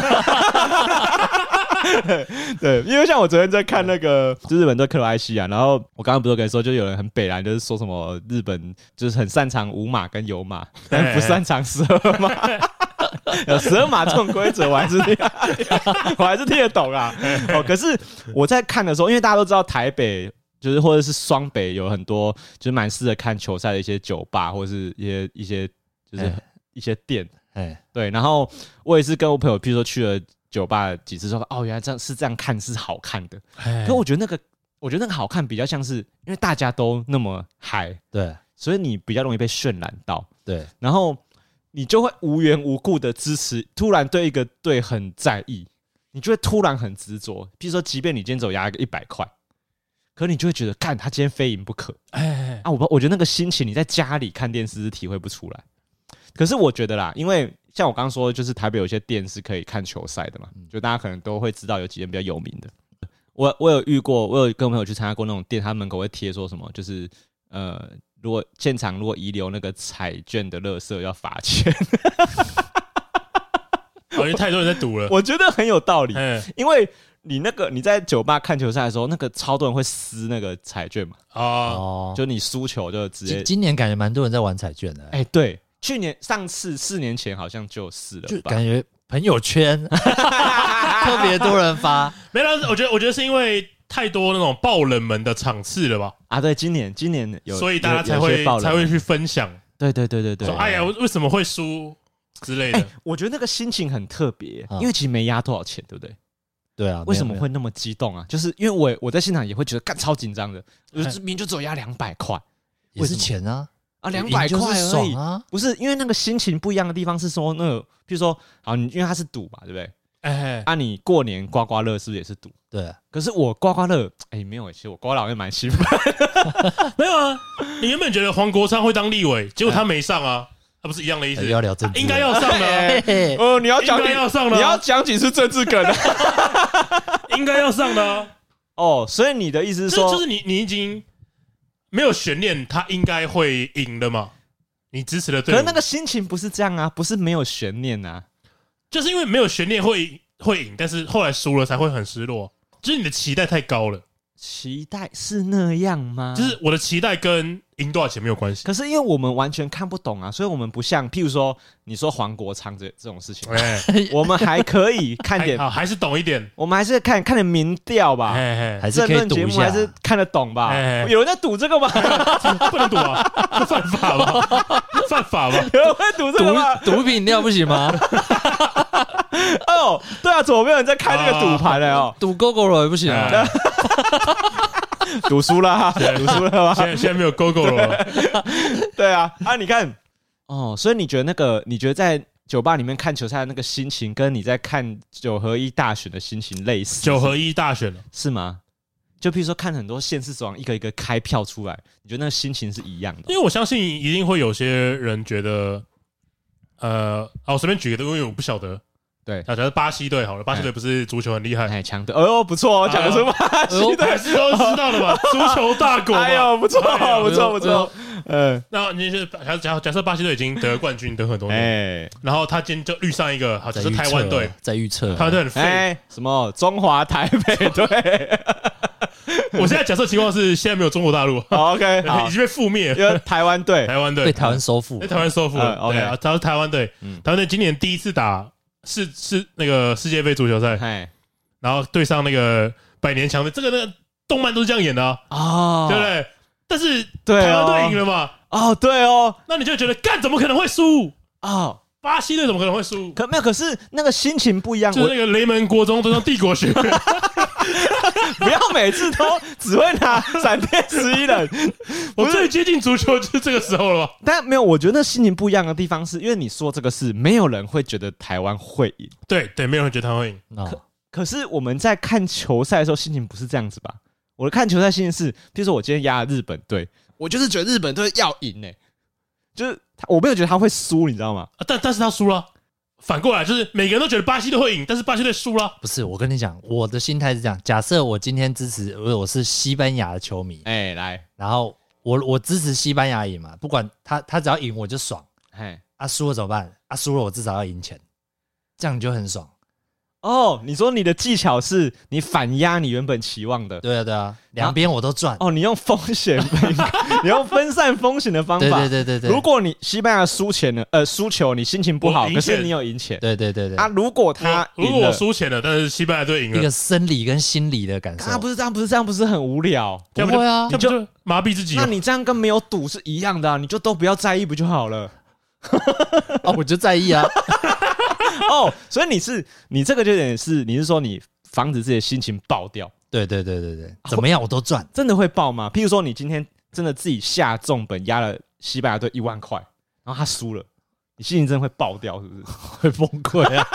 Speaker 2: 对，因为像我昨天在看那个就日本对克罗埃西亚，啊然后我刚刚不是有跟你说，就有人很北然，就是说什么日本就是很擅长五马跟有马，但不擅长十二马。有十二码这种规则，我还是听，我还是听得懂啊。哦，可是我在看的时候，因为大家都知道台北就是或者是双北有很多就是蛮适合看球赛的一些酒吧或者是一些一些就是
Speaker 3: 哎
Speaker 2: 一些店，
Speaker 3: 哎，
Speaker 2: 对。然后我也是跟我朋友，譬如说去了酒吧几次之后，哦，原来这样是这样看是好看的。
Speaker 1: 哎哦
Speaker 2: 可我觉得那个，我觉得那个好看比较像是因为大家都那么嗨，
Speaker 3: 对
Speaker 2: 所以你比较容易被渲染到。
Speaker 3: 对，
Speaker 2: 然后你就会无缘无故的支持，突然对一个队很在意，你就会突然很执着。比如说，即便你今天只有压个一百块，可你就会觉得，干他今天非赢不可
Speaker 1: 哎，
Speaker 2: 啊！我不我觉得那个心情你在家里看电视是体会不出来。可是我觉得啦，因为像我刚刚说，就是台北有些店是可以看球赛的
Speaker 1: 嗯
Speaker 2: 嘛，就大家可能都会知道有几间比较有名的。我我有遇过，我有跟朋友去参加过那种店，他门口会贴说什么，就是呃，如果现场如果遗留那个彩券的垃圾要罚钱，
Speaker 1: 好像太多人在赌了。
Speaker 2: 我觉得很有道理，
Speaker 1: 哎，
Speaker 2: 因为你那个你在酒吧看球赛的时候，那个超多人会撕那个彩券嘛，
Speaker 1: 啊，
Speaker 3: 哦，
Speaker 2: 就你输球就直接
Speaker 3: 今，今年感觉蛮多人在玩彩券的，
Speaker 2: 哎、对，去年上次四年前好像就是
Speaker 3: 就
Speaker 2: 了吧
Speaker 3: 感，觉朋友圈 特别多人发，
Speaker 1: 没了。我觉得，我觉得是因为太多那种爆冷门的场次了吧，
Speaker 2: 啊，对，今年今年有，
Speaker 1: 所以大家才
Speaker 2: 有有
Speaker 1: 会
Speaker 2: 些爆冷
Speaker 1: 才会去分享，
Speaker 2: 对对对对对
Speaker 1: 说，哎呀，。为什么会输之类
Speaker 2: 哎、
Speaker 1: 的。
Speaker 2: 我嗯觉得那个心情很特别、
Speaker 3: 啊
Speaker 2: 因为其实没压多少钱，对不对？
Speaker 3: 对啊，
Speaker 2: 为什么
Speaker 3: 没有
Speaker 2: 会那么激动啊？就是因为我我在现场也会觉得干超紧张的，我就明明就只有压两百块
Speaker 3: 也是钱啊？
Speaker 2: 啊，两
Speaker 3: 赢
Speaker 2: 百
Speaker 3: 就是
Speaker 2: 块而
Speaker 3: 爽
Speaker 2: 已，
Speaker 3: 啊！
Speaker 2: 不是因为那个心情不一样的地方是说，那个，譬如说，好，你因为他是赌嘛，对不对？
Speaker 1: 哎，
Speaker 2: 啊，你过年刮刮乐是不是也是赌？
Speaker 3: 对，
Speaker 2: 可是我刮刮乐，哎、没有，其实我刮了好像 蛮兴奋。
Speaker 1: 没有啊，你原本觉得黄国昌会当立委，结果他没上啊，他不是一样的意
Speaker 2: 哎
Speaker 1: 思？
Speaker 3: 哎
Speaker 1: 啊
Speaker 3: 要聊政
Speaker 2: 啊
Speaker 3: 治，
Speaker 1: 应该要上的
Speaker 3: 嘿
Speaker 1: 啊，
Speaker 3: 嘿
Speaker 2: 哦，你要讲
Speaker 1: 应
Speaker 2: 你
Speaker 1: 该要上的啊，
Speaker 2: 你要讲几次政治 梗啊？
Speaker 1: 应该要上的啊。
Speaker 2: 哦，所以你的意思是
Speaker 1: 就
Speaker 2: 说，
Speaker 1: 就是你你已经没有悬念，他应该会赢的嘛？你支持的
Speaker 2: 可
Speaker 1: 对
Speaker 2: 是
Speaker 1: 伍，
Speaker 2: 那个心情不是这样啊，不是没有悬念啊。
Speaker 1: 就是因为没有悬念会赢会赢，但是后来输了才会很失落。啊就是你的期待太高了，
Speaker 2: 期待是那样吗？
Speaker 1: 就，是我的期待跟赢多少钱没有关 系。
Speaker 2: 可是因为我们完全看不懂啊，所以我们不像，譬如说你说黄国昌这这种事情，
Speaker 1: 哎，
Speaker 2: 我们还可以 看
Speaker 1: 还
Speaker 2: 点，啊
Speaker 1: 好还是懂一点，
Speaker 2: 我们还是看看点民调吧，
Speaker 1: 哎
Speaker 3: 还是
Speaker 2: 政
Speaker 3: 可以
Speaker 2: 论
Speaker 3: 赌
Speaker 2: 节
Speaker 3: 一
Speaker 2: 目还
Speaker 3: 下，
Speaker 2: 是看得懂吧
Speaker 1: 哎哎？
Speaker 2: 有人在赌这个吗？
Speaker 1: 哎，不能赌啊，这犯法吧？ 犯法吧？
Speaker 2: 有人会赌这个吗？
Speaker 3: 毒毒品料不 行吗？
Speaker 2: 哦，对啊，怎么没有人在开这个赌盘呢？哦，
Speaker 3: 赌 GoGo 也不行啊？
Speaker 1: 哎
Speaker 2: 赌输了啊，赌输了 吗？
Speaker 1: 现在现在没有勾勾了，
Speaker 2: 对啊，啊，你看，哦，所以你觉得那个，你觉得在酒吧里面看球赛的那个心情，跟你在看九合一大选的心情类似？
Speaker 1: 九合一大选了，
Speaker 2: 是吗？就譬如说看很多县市首长一个一个开票出来，你觉得那个心情是一样的？
Speaker 1: 因为我相信一定会有些人觉得，呃，好，我随便举个，因为我不晓得，啊
Speaker 2: 对
Speaker 1: 假设巴西队好了，巴西队不是足球很厉害，
Speaker 2: 哎，强的，哎呦，不错哦，讲得出巴西的，
Speaker 1: 还是都知道的嘛，足球大国
Speaker 2: 哎
Speaker 1: 嘛。
Speaker 2: 呦，不错，不错，不
Speaker 3: 哎呦
Speaker 2: 错，嗯，
Speaker 1: 那你是假假假设巴西队已经得冠军得很多年，
Speaker 2: 哎
Speaker 1: 然后他今天就遇上一个好，
Speaker 3: 在
Speaker 1: 就
Speaker 3: 预
Speaker 1: 是
Speaker 3: 测啊
Speaker 1: 台湾队，，
Speaker 3: 在预测啊
Speaker 1: 台，湾队很废。
Speaker 2: 哎，什么中华台北 队
Speaker 1: 我现在假设情况是现在没有中国大陆，
Speaker 2: 好？OK，好
Speaker 1: 已，经被覆灭了，
Speaker 2: 因为台 湾队，
Speaker 1: 台湾队
Speaker 3: 被台湾收复
Speaker 1: 被。台湾收复了。
Speaker 2: 嗯，OK
Speaker 1: 对啊，他是台湾队，
Speaker 2: 嗯
Speaker 1: 台湾队今年第一次打世世那个世界杯足球赛，
Speaker 2: 哎，
Speaker 1: 然后对上那个百年强队，这个那个动漫都是这样演的啊，
Speaker 2: 哦，
Speaker 1: 对不对？但是
Speaker 2: 对哦
Speaker 1: 台湾队赢了嘛，
Speaker 2: 哦，对哦，
Speaker 1: 那你就觉得干怎么可能会输？
Speaker 2: 哦，
Speaker 1: 巴西队怎么可能会输？
Speaker 2: 可没有，可是那个心情不一样。
Speaker 1: 就
Speaker 2: 我
Speaker 1: 是那个雷门国中对上帝国学院，
Speaker 2: 不要每次都只会拿闪电十一 人，
Speaker 1: 我最接近足球就是这个时候了吧？
Speaker 2: 但没有，我觉得那心情不一样的地方是，因为你说这个是没有人会觉得台湾会赢，
Speaker 1: 对对，没有人觉得他会赢。
Speaker 3: 哦
Speaker 2: 可是我们在看球赛的时候心情不是这样子吧？我的看球赛心情是，比如说我今天压了日本队，我就是觉得日本队要赢呢、就是他我没有觉得他会输，你知道吗？
Speaker 1: 啊但但是他输了。反过来就是每个人都觉得巴西队会赢，但是巴西队输了。
Speaker 3: 不是，我跟你讲，我的心态是这样：假设我今天支持，呃我我是西班牙的球迷，
Speaker 2: 哎、来，
Speaker 3: 然后我我支持西班牙赢嘛，不管他他只要赢我就爽
Speaker 2: 哎，
Speaker 3: 啊，输了怎么办？啊，输了我至少要赢钱，这样你就很爽。
Speaker 2: 哦，你说你的技巧是你反压你原本期望的，
Speaker 3: 对啊，对啊，两边我都赚。
Speaker 2: 哦，你用风险分， 你用分散风险的方法。
Speaker 3: 对对对对对，
Speaker 2: 如果你西班牙输钱了，呃，输球，你心情不好，
Speaker 1: 我赢
Speaker 2: 可是
Speaker 1: 钱
Speaker 2: 你有赢钱
Speaker 3: 对对对对，
Speaker 2: 啊。如果他
Speaker 1: 如
Speaker 2: 赢
Speaker 1: 果我
Speaker 2: 了，
Speaker 1: 输钱了，但是西班牙队赢
Speaker 3: 一
Speaker 1: 了
Speaker 3: 个，生理跟心理的感受
Speaker 2: 啊，，不是这样，不是这样，不是很无聊？
Speaker 1: 这样
Speaker 3: 不会啊
Speaker 1: 就这样不就麻痹自己
Speaker 2: 那。你这样跟没有赌是一样的、啊，你就都不要在意不就好 了？
Speaker 3: 啊，我就在意啊，
Speaker 2: 哦，所以你是你这个就有点是你是说你防止自己的心情爆掉，
Speaker 3: 对对对对对，
Speaker 2: 啊
Speaker 3: 怎么样我都赚，
Speaker 2: 真的会爆吗？譬如说你今天真的自己下重本压了西班牙队一万块，然后他输了，你心情真的会爆 掉，是不是？
Speaker 3: 会崩溃啊，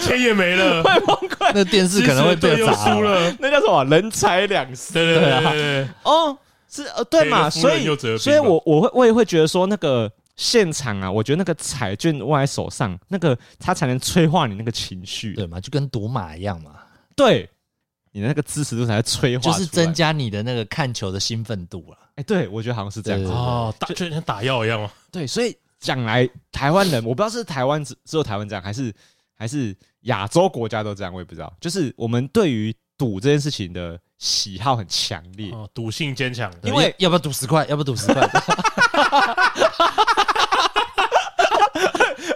Speaker 1: 钱也没 了，
Speaker 2: 会崩溃，
Speaker 3: 那电视可能会
Speaker 1: 对
Speaker 3: 被
Speaker 1: 又
Speaker 3: 砸
Speaker 1: 输。了。
Speaker 2: 那叫什么？人财两失。
Speaker 1: 对对啊对对对，
Speaker 2: 哦，是呃，对嘛，
Speaker 1: 赔了夫
Speaker 2: 所
Speaker 1: 人
Speaker 2: 以
Speaker 1: 又折兵
Speaker 2: 所以
Speaker 1: 嘛
Speaker 2: 我我会我也会觉得说，那个现场啊，我觉得那个彩券握在手上，那个它才能催化你那个情绪，啊
Speaker 3: 对嘛，就跟赌马一样嘛，
Speaker 2: 对你的那个支持度才会催化，
Speaker 3: 就是增。加你的那个看球的兴奋度了。
Speaker 2: 哎，对我觉得好像是这样
Speaker 3: 对
Speaker 2: 子
Speaker 1: 对，哦，打就像打药一样嘛。
Speaker 2: 对，所以讲来台湾人，我不知道是台湾只只有台湾这样，还是还是亚洲国家都这样，我也不知道，就是我们对于赌这件事情的喜好很强烈。
Speaker 1: 哦，赌性坚强，
Speaker 3: 对
Speaker 2: 因为
Speaker 3: 要要不要赌十块？要不要赌十块？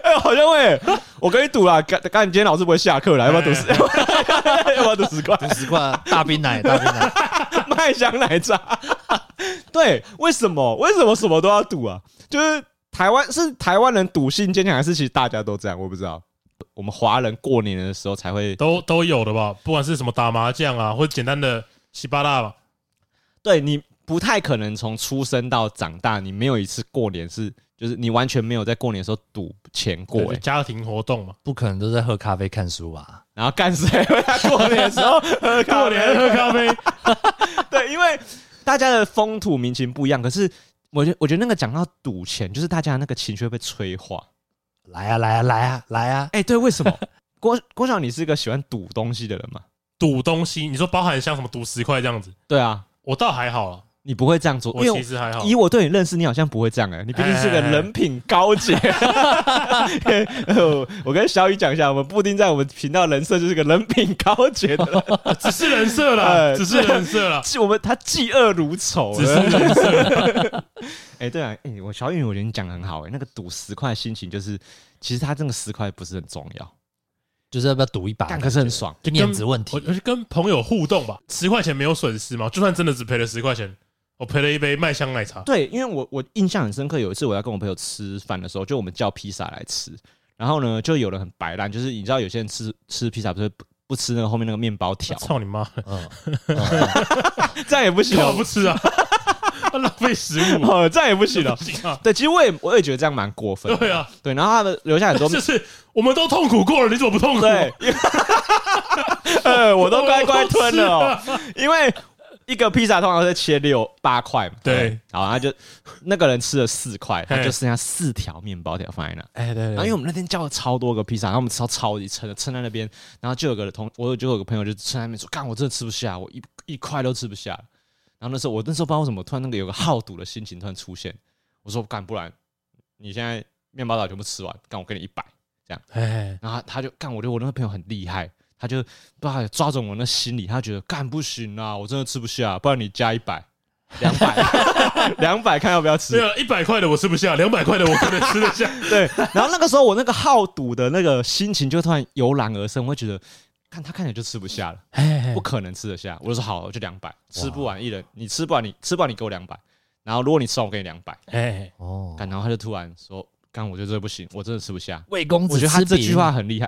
Speaker 2: 哎、好像会。我跟你赌啦，干干，你今天老师不会下课啦，要不要赌十？ 要不要赌十块？
Speaker 3: 赌十 块啊，大冰奶，大冰奶。
Speaker 2: 麦香奶茶。 对，为什么？为什么什么都要赌啊？就是台湾是台湾人赌性坚强，还是其实大家都这样？我不知道。我们华人过年的时候才会，
Speaker 1: 都都有的吧？不管是什么打麻将啊，或者简单的洗巴拉嘛，
Speaker 2: 对你不太可能从出生到长大，你没有一次过年是就是你完全没有在过年的时候赌钱过、
Speaker 1: 对就
Speaker 2: 欸
Speaker 1: 家庭活动嘛，
Speaker 3: 不可能都在喝咖啡看书吧？
Speaker 2: 然后干谁会在过年的时候喝
Speaker 1: 过哦
Speaker 2: 咖啡
Speaker 1: 年喝咖啡，
Speaker 2: 对，因为大家的风土民情不一样，可是我觉得我觉得那个讲到赌钱，就是大家那个情绪会被催化。
Speaker 3: 来啊来啊来啊来啊！
Speaker 2: 哎、对，为 什么？郭郭晓，你是一个喜欢赌东西的人吗？
Speaker 1: 赌东西，你说包含像什么赌十块这样子，
Speaker 2: 对啊，
Speaker 1: 我倒还好啊，
Speaker 2: 你不会这样做，
Speaker 1: 我
Speaker 2: 因
Speaker 1: 其
Speaker 2: 为
Speaker 1: 实还好
Speaker 2: 我以。我对你认识，你好像不会这样哎、你毕竟是个人品高 洁。呃我跟小雨讲一下，我们布丁在我们频道人设就是个人品高洁 的人，
Speaker 1: 啊只是人设啦，
Speaker 2: 哎
Speaker 1: 只是人设啦，
Speaker 2: 既我们他嫉恶如仇。
Speaker 1: 只是人设。
Speaker 2: 哎、对啊，哎、我小雨我觉得你讲得很好哎、那个赌十块的心情就是，其实他这个十块不是很重要，
Speaker 3: 就是要不要赌一把？
Speaker 2: 但可是很爽。
Speaker 3: 就面子问题
Speaker 1: 我，我是跟朋友互动吧，十块钱没有损失嘛，就算真的只赔了十块钱，我赔了一杯麦香奶茶，
Speaker 2: 对，因为我我印象很深刻，有一次我要跟我朋友吃饭的时候，就我们叫披萨来吃，然后呢，就有人很白烂，就是你知道有些人吃吃披萨不是不不吃那个后面那个面包条，
Speaker 1: 操你妈！
Speaker 3: 嗯，嗯
Speaker 2: 这样也不行
Speaker 1: 我
Speaker 2: 哦
Speaker 1: 不，吃啊，浪费食物啊，
Speaker 2: 哦，这样也不行哦
Speaker 1: 不。行啊！
Speaker 2: 对，其实我也我也觉得这样蛮过分的，
Speaker 1: 对啊，
Speaker 2: 对，然后他们留下很多
Speaker 1: 就，是我们都痛苦过了，你怎么不痛苦？
Speaker 2: 对， 呃，我都乖乖吞了哦。
Speaker 1: 我都吃了。
Speaker 2: 因为一个披萨通常是切六八块嘛，
Speaker 1: 对，
Speaker 2: 好，他就那个人吃了四块，他
Speaker 1: 嘿
Speaker 2: 就剩下四条面包条放在那。
Speaker 1: 哎，对
Speaker 2: 然后因为我们那天叫了超多个披萨，然后我们吃到超级撑的，撑在那边，然后就有个同我就有个朋友就撑在那边说：“干，我真的吃不下，我一一块都吃不下。”然后那时候我那时候不知道为什么突然那个有个好赌的心情突然出现，我说：“干，不然你现在面包条全部吃完，干我给你一百。”
Speaker 1: 哎，
Speaker 2: 然后他他就干，我觉得我那个朋友很厉害，他就不知道抓准我那心理，他觉得干不行啊，我真的吃不下，不然你加一百、两百、两百，看要不要吃
Speaker 1: 对。啊，一百块的我吃不下，两百块的我可能吃得下。
Speaker 2: 对，然后那个时候我那个好赌的那个心情就突然油然而生，我会觉得，看他看起来就吃不下了，
Speaker 3: 哎
Speaker 2: 不可能吃得下。我就说好，我就两百，吃不完一人，你吃不完你吃不完你给我两百，然后如果你吃完我给你两百。
Speaker 1: 哎，
Speaker 3: 哦，
Speaker 2: 干，然后他就突然说，干，我觉得这不行，我真的吃不下。
Speaker 3: 魏公
Speaker 2: 我
Speaker 3: 子
Speaker 2: 觉得他
Speaker 3: 吃
Speaker 2: 这句
Speaker 3: 饼
Speaker 2: 话很 厉害，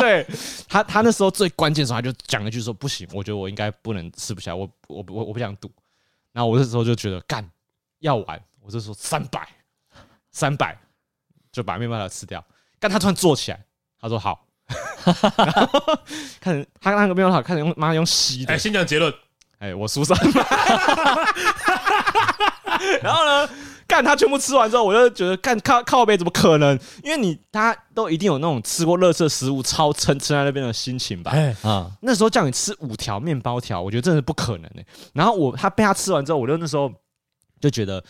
Speaker 2: 对他，他那时候最关键的时候，他就讲了一句说：“不行，我觉得我应该不能吃不下，我我不我我不想赌。”然后我这时候就觉得干要玩，我就说三百，三百就把面包条吃掉。但他突然坐起来，他说好， 然后看他那个面包条，看着用妈用吸的
Speaker 1: 哎，，先讲结论，
Speaker 2: 哎、我输三百。 然后呢，干他全部吃完之后，我就觉得干靠靠背怎么可能？因为你他都一定有那种吃过垃圾食物超撑撑在那边的心情吧？
Speaker 1: 哎，
Speaker 3: 啊，
Speaker 2: 那时候叫你吃五条面包条，我觉得真的是不可能哎、然后我他被他吃完之后，我就那时候就觉得，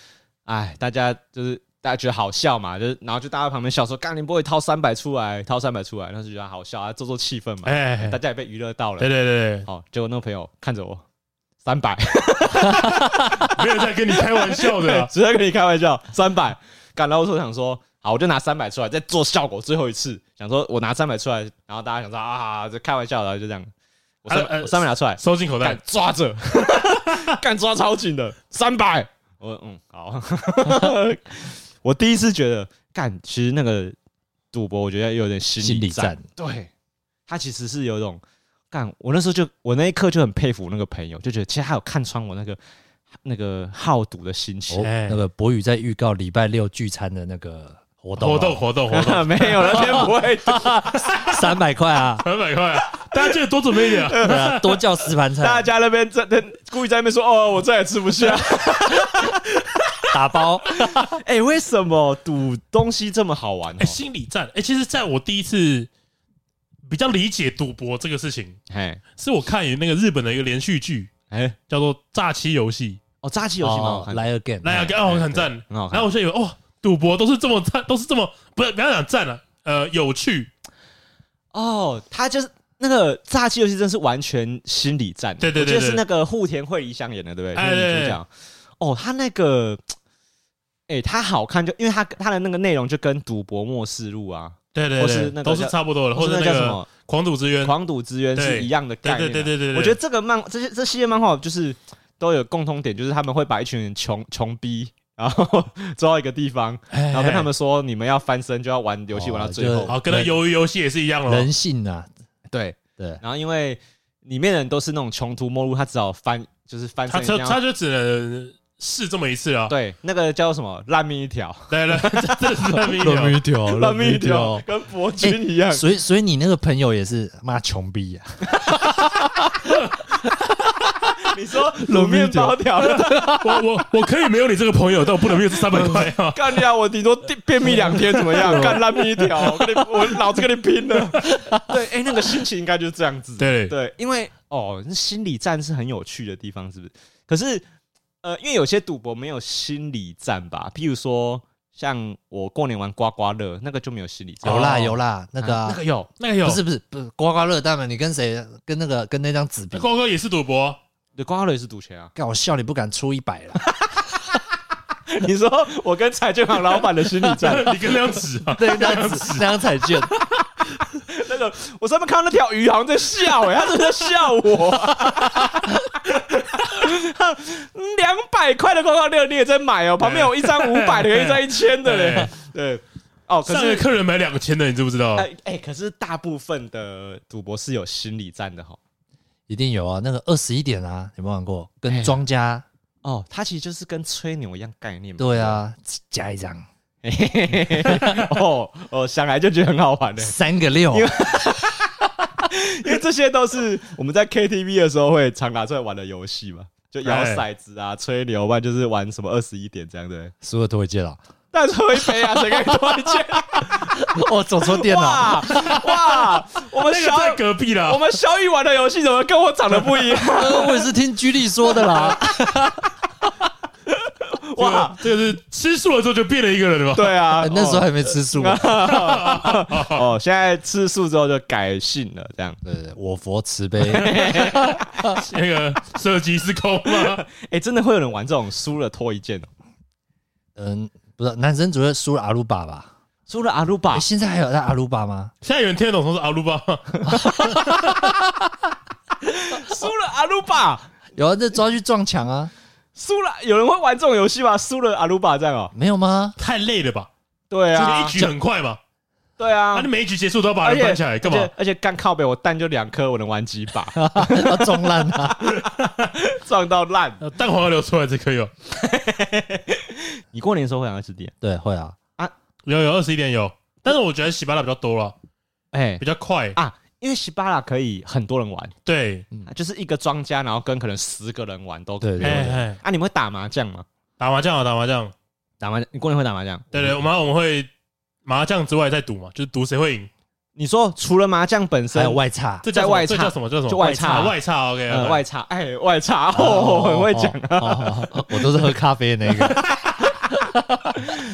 Speaker 2: 哎，大家就是大家觉得好笑嘛，就是然后就大家在旁边笑说，干你不会掏三百出来，掏三百出来，然后就觉得好笑啊，做做气氛嘛，
Speaker 1: 哎
Speaker 2: 大，家也被娱乐到了
Speaker 1: 对。对对
Speaker 2: 好，结果那个朋友看着我三百。
Speaker 1: 对，没有在跟你开玩笑的
Speaker 2: 对，
Speaker 1: 啊。
Speaker 2: 只在跟你开玩笑，三百。干，然后我就想说，好，我就拿三百出来，再做效果最后一次，想说我拿三百出来，然后大家想说啊，这开玩笑的，就这样。我三
Speaker 1: 啊呃
Speaker 2: 我三百拿出来，
Speaker 1: 收进口袋
Speaker 2: 干，抓着， 干抓超紧的，三百。我嗯好， 我第一次觉得干，其实那个赌博，我觉得有点心
Speaker 3: 心
Speaker 2: 理
Speaker 3: 理
Speaker 2: 战
Speaker 3: 战。
Speaker 2: 对，他其实是有一种干，我那时候就我那一刻就很佩服那个朋友，就觉得其实他有看穿我那个那个好赌的心情
Speaker 3: 哦。
Speaker 1: 哎
Speaker 3: 那个博宇在预告礼拜六聚餐的那个活动啊，
Speaker 1: 活动活动活动，
Speaker 2: 没有，那天不 会动。
Speaker 3: 三百块啊，
Speaker 1: 两百块啊，大家记得多准备一点啊。
Speaker 3: 对啊，多叫十盘
Speaker 2: 大
Speaker 3: 菜，
Speaker 2: 家那边在在故意在那边说：“哦，我再也吃 不下。
Speaker 3: 打包，”
Speaker 2: 哎、为什么赌东西这么好玩、哦
Speaker 1: 哎、？心理战，哎、其实在我第一次比较理解赌博这个事情，
Speaker 2: 哎
Speaker 1: 是我看那个日本的一个连续剧，
Speaker 2: 哎、
Speaker 1: 叫做《诈欺游戏
Speaker 2: 哦，炸鸡游戏蛮好
Speaker 3: 哦
Speaker 2: 看的，
Speaker 3: 来 again，
Speaker 1: 来啊
Speaker 3: 哎
Speaker 1: 给哦，很赞。
Speaker 2: 很好看
Speaker 1: 然后我就以为，哦，赌博都是这么赞， 都是这么不是不要讲赞了、呃，有趣，
Speaker 2: 哦，他就是那个炸鸡游戏，真是完全心理战。
Speaker 1: 对对对对
Speaker 2: 我记得是那个户田惠梨香演的，对不对？
Speaker 1: 哎
Speaker 2: 那个女
Speaker 1: 对
Speaker 2: 主角。哦，他那个，哎、他好看就，因为他他的那个内容就跟《赌博默示录》啊，
Speaker 1: 对对
Speaker 2: 或
Speaker 1: 对，
Speaker 2: 是那个
Speaker 1: 都是
Speaker 2: 叫
Speaker 1: 差不多的，或
Speaker 2: 是
Speaker 1: 者
Speaker 2: 那
Speaker 1: 那
Speaker 2: 叫什
Speaker 1: 个
Speaker 2: 么
Speaker 1: 狂赌之渊，
Speaker 2: 《狂赌之渊》
Speaker 1: 对
Speaker 2: 是一样的概
Speaker 1: 对
Speaker 2: 念啊、
Speaker 1: 对对对对对，
Speaker 2: 我觉得这个漫这些这系列漫画就是都有共通点，就是他们会把一群人穷穷逼，然后 抓到一个地方，然
Speaker 1: 然
Speaker 2: 后跟他们说你们要翻身就要玩游戏玩到最
Speaker 3: 哦
Speaker 2: 后
Speaker 3: 就是，
Speaker 1: 哎好，跟那鱿鱼游戏也是一样哦。
Speaker 3: 人性啊，
Speaker 2: 对。
Speaker 3: 对，
Speaker 2: 然后因为里面的人都是那种穷途末路，他只好翻，就是翻
Speaker 1: 他
Speaker 2: 身一定
Speaker 1: 他他
Speaker 2: 要
Speaker 1: 就只能试这么一次啊。
Speaker 2: 对，那个叫什么烂命一条，
Speaker 1: 来来，这是烂 命一条
Speaker 3: 烂命一条，哎
Speaker 2: 烂命
Speaker 3: 命
Speaker 2: 一条，跟伯君一样。
Speaker 3: 所以，所以你那个朋友也是妈穷逼呀、
Speaker 2: 你说卤面包条了，
Speaker 1: 我我 我可以没有你这个朋友，但我不能没有这三百块啊！
Speaker 2: 干你啊！我顶多便便秘两天怎么样？干烂命一条，我跟你我老子跟你拼了。对，哎，那个心情应该就是这样子。
Speaker 1: 对
Speaker 2: 对，因为哦，那心理战是很有趣的地方，是不是？可是呃，因为有些赌博没有心理战吧，譬如说像我过年玩刮刮乐，那个就没有心理战。
Speaker 3: 有啦
Speaker 1: 哦
Speaker 3: 有啦，那个、啊
Speaker 2: 啊那个有，
Speaker 1: 那个有
Speaker 3: 不是不是不是刮刮乐，当然你跟谁跟那个跟那张纸比
Speaker 1: 那，瓜哥也是赌博，
Speaker 2: 对，刮刮乐也是赌钱啊。
Speaker 3: 干我笑你不敢出一百了。
Speaker 2: 你说我跟彩券行老板的心理战，
Speaker 1: 你跟那张纸啊，
Speaker 3: 对，那 张纸那张彩券，
Speaker 2: 那个我上面看到那条鱼好像在笑、欸，他真的在笑我、啊 嗯两百块的刮刮乐你也在买哦、旁边有一张五百的，有一张一千的嘞。对，哦， 可
Speaker 1: 上个
Speaker 2: 是
Speaker 1: 客人买两千的，你知不知道？
Speaker 2: 哎哎，可是大部分的赌博是有心理战的哈。
Speaker 3: 一定有啊。那个二十一点啊，有没有玩过？
Speaker 2: 哎
Speaker 3: 跟
Speaker 2: 呀
Speaker 3: 庄家，
Speaker 2: 哦，它其实就是跟吹牛一样概念嘛。
Speaker 3: 对啊，加一张
Speaker 2: 哦哦，想来就觉得很好 玩呢、
Speaker 3: 三个六，
Speaker 2: 因为这些都是我们在 KTV 的时候会常拿出来玩的游戏嘛，就摇骰子啊、吹牛，不然就是玩什么二十一点这样对不对。
Speaker 3: 输了都会借了。
Speaker 2: 但是一杯啊，谁跟你多一件？
Speaker 3: 我哦走错店了，
Speaker 2: 哇哇，我们
Speaker 1: 那个
Speaker 2: 小
Speaker 1: 在隔壁啦
Speaker 2: 我，们小雨玩的游戏怎么跟我长得不一样？
Speaker 3: 呃我也是听居力说的啦。
Speaker 2: 哇，
Speaker 1: 这个是吃素了之后就变了一个人了吧？
Speaker 2: 对啊
Speaker 3: 呃，那时候还没吃素，对
Speaker 2: 哦，现在吃素之后就改姓了，这样。
Speaker 3: 对对，我佛慈悲，
Speaker 1: 那个设计师抠 吗？
Speaker 2: 哎，真的会有人玩这种输了脱一件哦，
Speaker 3: 嗯，不是男生主要输了阿鲁巴吧？
Speaker 2: 输了阿鲁巴
Speaker 3: 诶，现在还有在阿鲁巴吗？
Speaker 1: 现在有人听得懂说是阿鲁巴吗？
Speaker 2: 输了阿鲁巴，
Speaker 3: 有啊，这抓去撞墙啊？
Speaker 2: 输了，有人会玩这种游戏吗？输了阿鲁巴这样哦？
Speaker 3: 没有吗？
Speaker 1: 太累了吧？
Speaker 2: 对
Speaker 1: 这
Speaker 2: 啊
Speaker 1: 个一，局很快嘛，
Speaker 2: 对
Speaker 1: 啊，
Speaker 2: 啊
Speaker 1: 你。每一局结束都要把人搬起来干
Speaker 2: 而
Speaker 1: 嘛
Speaker 2: 且？而且干靠北，我蛋就两颗，我能玩几 把？
Speaker 3: 要啊撞烂啊！
Speaker 2: 撞到烂。
Speaker 1: 呃蛋黄要流出来才可以哦。
Speaker 2: 你过年的时候会想要吃点？
Speaker 3: 对，会啊，
Speaker 1: 有有二十一点有，但是我觉得洗白的比较多了，
Speaker 2: 哎
Speaker 1: 比较快。
Speaker 2: 啊，因为西巴拉可以很多人玩，
Speaker 1: 对，
Speaker 2: 就是一个庄家，然后跟可能十个人玩都可以。
Speaker 3: 对对
Speaker 1: 哎
Speaker 3: 对，
Speaker 1: 哎，
Speaker 2: 啊，你们会打麻将吗？
Speaker 1: 打麻将啊，打麻将。
Speaker 2: 打麻将，你过年会打麻将？
Speaker 1: 对对，我们我们会麻将之外再赌嘛，就是赌谁会赢。
Speaker 2: 你说除了麻将本身，
Speaker 3: 还有外差，
Speaker 1: 这叫什
Speaker 2: 在外
Speaker 1: 么
Speaker 2: 差
Speaker 1: 这叫什么？这叫什么？
Speaker 2: 就外差
Speaker 1: 啊外差。OK，
Speaker 2: 呃外差，哎，外差哦，很会讲啊。
Speaker 3: 哦，哦我都是喝咖啡的那个。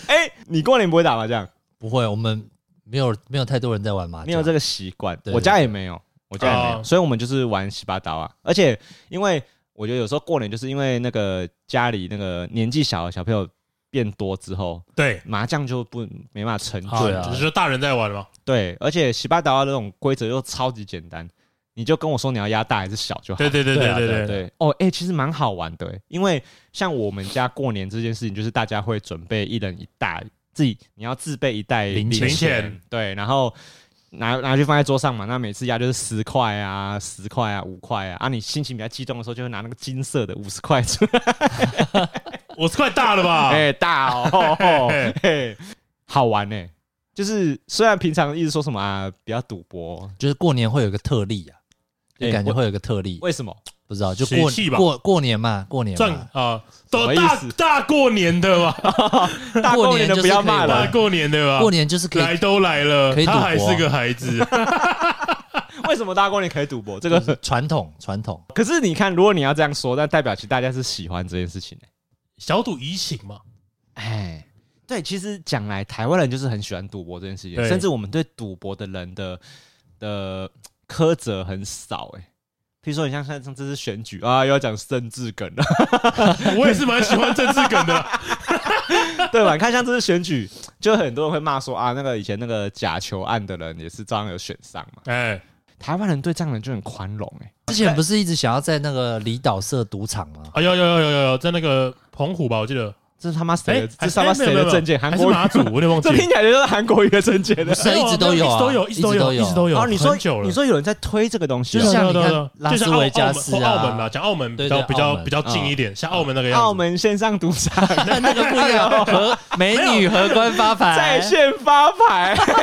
Speaker 2: 哎，你过年不会打麻将？
Speaker 3: 不会，我们没有没有太多人在玩麻将，
Speaker 2: 没有这个习惯，
Speaker 3: 啊对
Speaker 2: 我家也没有，我家也没有，
Speaker 1: 哦
Speaker 2: 所以我们就是玩洗把刀啊。而且因为我觉得有时候过年就是因为那个家里那个年纪小的小朋友变多之后，
Speaker 1: 对
Speaker 2: 麻将就不没办法成就。
Speaker 3: 对啊
Speaker 1: 只是说大人在玩嘛。
Speaker 2: 对，而且洗把刀的那啊种规则又超级简单，你就跟我说你要压大还是小就好。
Speaker 1: 对对对
Speaker 2: 对
Speaker 1: 对
Speaker 2: 啊对啊
Speaker 1: 对对。
Speaker 2: 对，哦，哎、其实蛮好玩的、欸，因为像我们家过年这件事情，就是大家会准备一人一袋，自己你要自备一袋
Speaker 3: 零
Speaker 1: 钱
Speaker 2: 钱，对，然后拿拿去放在桌上嘛，那每次压就是十块啊、十块啊、五块啊，啊，你心情比较激动的时候，就会拿那个金色的五十块出来，
Speaker 1: 我是快大了
Speaker 3: 啊
Speaker 1: 吧？
Speaker 2: 哎、大 哦，嘿
Speaker 1: 嘿
Speaker 2: 好玩呢、就是虽然平常一直说什么啊，不要赌博，
Speaker 3: 就是过年会有个特例啊，就
Speaker 2: 哎
Speaker 3: 感觉
Speaker 2: 我
Speaker 3: 会有个特例，
Speaker 2: 为什 么？
Speaker 3: 不知道就
Speaker 1: 喜
Speaker 3: 过
Speaker 1: 气吧
Speaker 3: 过过年嘛，过年
Speaker 1: 赚
Speaker 3: 嘛，
Speaker 1: 啊，
Speaker 2: 什
Speaker 1: 都
Speaker 2: 么意
Speaker 1: 大
Speaker 2: 思
Speaker 1: 大过年的嘛，
Speaker 2: 大
Speaker 3: 过
Speaker 2: 过年
Speaker 3: 年
Speaker 2: 的
Speaker 3: 就
Speaker 2: 不
Speaker 3: 是
Speaker 2: 要
Speaker 3: 可以
Speaker 2: 骂
Speaker 1: 大
Speaker 2: 了
Speaker 3: 玩，
Speaker 1: 过年的吧
Speaker 3: 过，年就是可
Speaker 1: 来
Speaker 3: 以，
Speaker 1: 都来了
Speaker 3: 可，以赌
Speaker 1: 他还
Speaker 3: 博啊
Speaker 1: 是个孩子，
Speaker 2: 为什么大过年可以赌博？这个
Speaker 3: 就是传统传统，
Speaker 2: 可是你看，如果你要这样说，那代表其实大家是喜欢这件事情的、欸
Speaker 1: 小赌怡情嘛。
Speaker 2: 哎，对，其实讲来，台湾人就是很喜欢赌博这件事情，
Speaker 1: 对
Speaker 2: 甚至我们对赌博的人的的苛责很少、哎，譬如说，你像像像这次选举啊，又要讲政治梗 了，
Speaker 1: 我也是蛮喜欢政治梗的，
Speaker 2: 对吧？你看，像这次选举，就很多人会骂说啊，那个以前那个假球案的人也是照样有选上嘛。
Speaker 1: 哎，
Speaker 2: 台湾人对这样的人就很宽容、哎，
Speaker 3: 之前不是一直想要在那个离岛设赌场吗？
Speaker 1: 啊有有有有有有，在那个澎湖吧，我记得
Speaker 2: 这是他妈谁的？
Speaker 1: 还
Speaker 2: 这是他妈
Speaker 1: 哎没有
Speaker 2: 谁
Speaker 1: 没有
Speaker 2: 的
Speaker 1: 没有
Speaker 2: 证件？韩
Speaker 1: 还是
Speaker 2: 国
Speaker 1: 马祖，我有点忘记
Speaker 2: 这
Speaker 1: 了
Speaker 2: 听。起来就是韩国瑜的证 件的
Speaker 3: 不。是
Speaker 1: 没有
Speaker 3: 一直都有啊，
Speaker 1: 一直都有，一直都有，一直都有。
Speaker 2: 哦，你说
Speaker 1: 很久了，
Speaker 2: 你说有人在推这个东西
Speaker 3: 就
Speaker 2: 啊，
Speaker 3: 是像你
Speaker 1: 对啊对啊
Speaker 3: 看
Speaker 1: 对啊
Speaker 3: 拉
Speaker 1: 就像
Speaker 3: 斯
Speaker 1: 澳
Speaker 3: 维加斯
Speaker 1: 澳门或
Speaker 3: 啊，
Speaker 1: 澳门啦，讲澳门比
Speaker 3: 对
Speaker 1: 较
Speaker 3: 对
Speaker 1: 比较
Speaker 3: 澳门嗯
Speaker 1: 比较近一点，像澳门那个样子。
Speaker 2: 澳门线上赌场
Speaker 3: 那那个不一样，和美女荷官发
Speaker 2: 在
Speaker 3: 牌，
Speaker 2: 线发牌，
Speaker 1: 哦，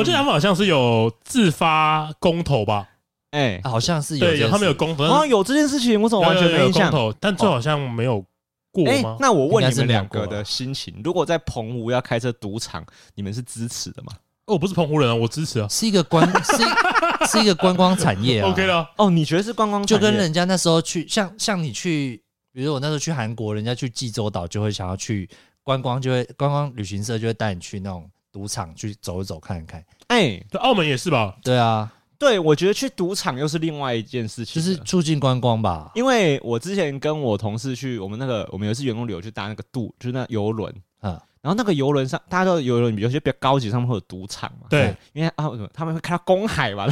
Speaker 1: 我记得
Speaker 2: 嗯
Speaker 1: 他们好像是有自发公投吧？
Speaker 2: 哎，
Speaker 3: 好像是有这
Speaker 1: 对，
Speaker 3: 个事，哦
Speaker 1: 有他们有公投，
Speaker 2: 好像哦有这件事情，我怎么
Speaker 1: 有
Speaker 2: 完全
Speaker 1: 有
Speaker 2: 没
Speaker 1: 有
Speaker 2: 印
Speaker 1: 公
Speaker 2: 象？
Speaker 1: 投，但最后好像没有过
Speaker 2: 哎、
Speaker 1: 吗？
Speaker 2: 那我问你们两
Speaker 3: 应该是没有
Speaker 2: 个
Speaker 3: 过吧
Speaker 2: 的心情，如果在澎湖要开车赌场，你们是支持的吗？
Speaker 1: 哦，我不是澎湖人啊，我支持啊。
Speaker 3: 是一个观是一是一个观光产业啊
Speaker 1: OK 了，
Speaker 2: 哦，你觉得是观光
Speaker 3: 就跟
Speaker 2: 人
Speaker 3: 人家那时候去，像像你去，比如我那时候去韩国，人家去济州岛就会想要去观光，就会观光旅行社就会带你去那种赌场去走一走看一看。
Speaker 2: 哎、
Speaker 1: 对澳门也是吧？
Speaker 3: 对啊，
Speaker 2: 对我觉得去赌场又是另外一件事
Speaker 3: 就
Speaker 2: 情了，
Speaker 3: 是促进观光吧。
Speaker 2: 因为我之前跟我同事去，我们那个我们有一次员工旅游去搭那个渡，就是那游轮，
Speaker 3: 嗯，
Speaker 2: 然后那个游轮上，大家都游轮有些比较高级，上面会有赌场嘛，
Speaker 1: 对，
Speaker 2: 因为啊他们会看到公海嘛，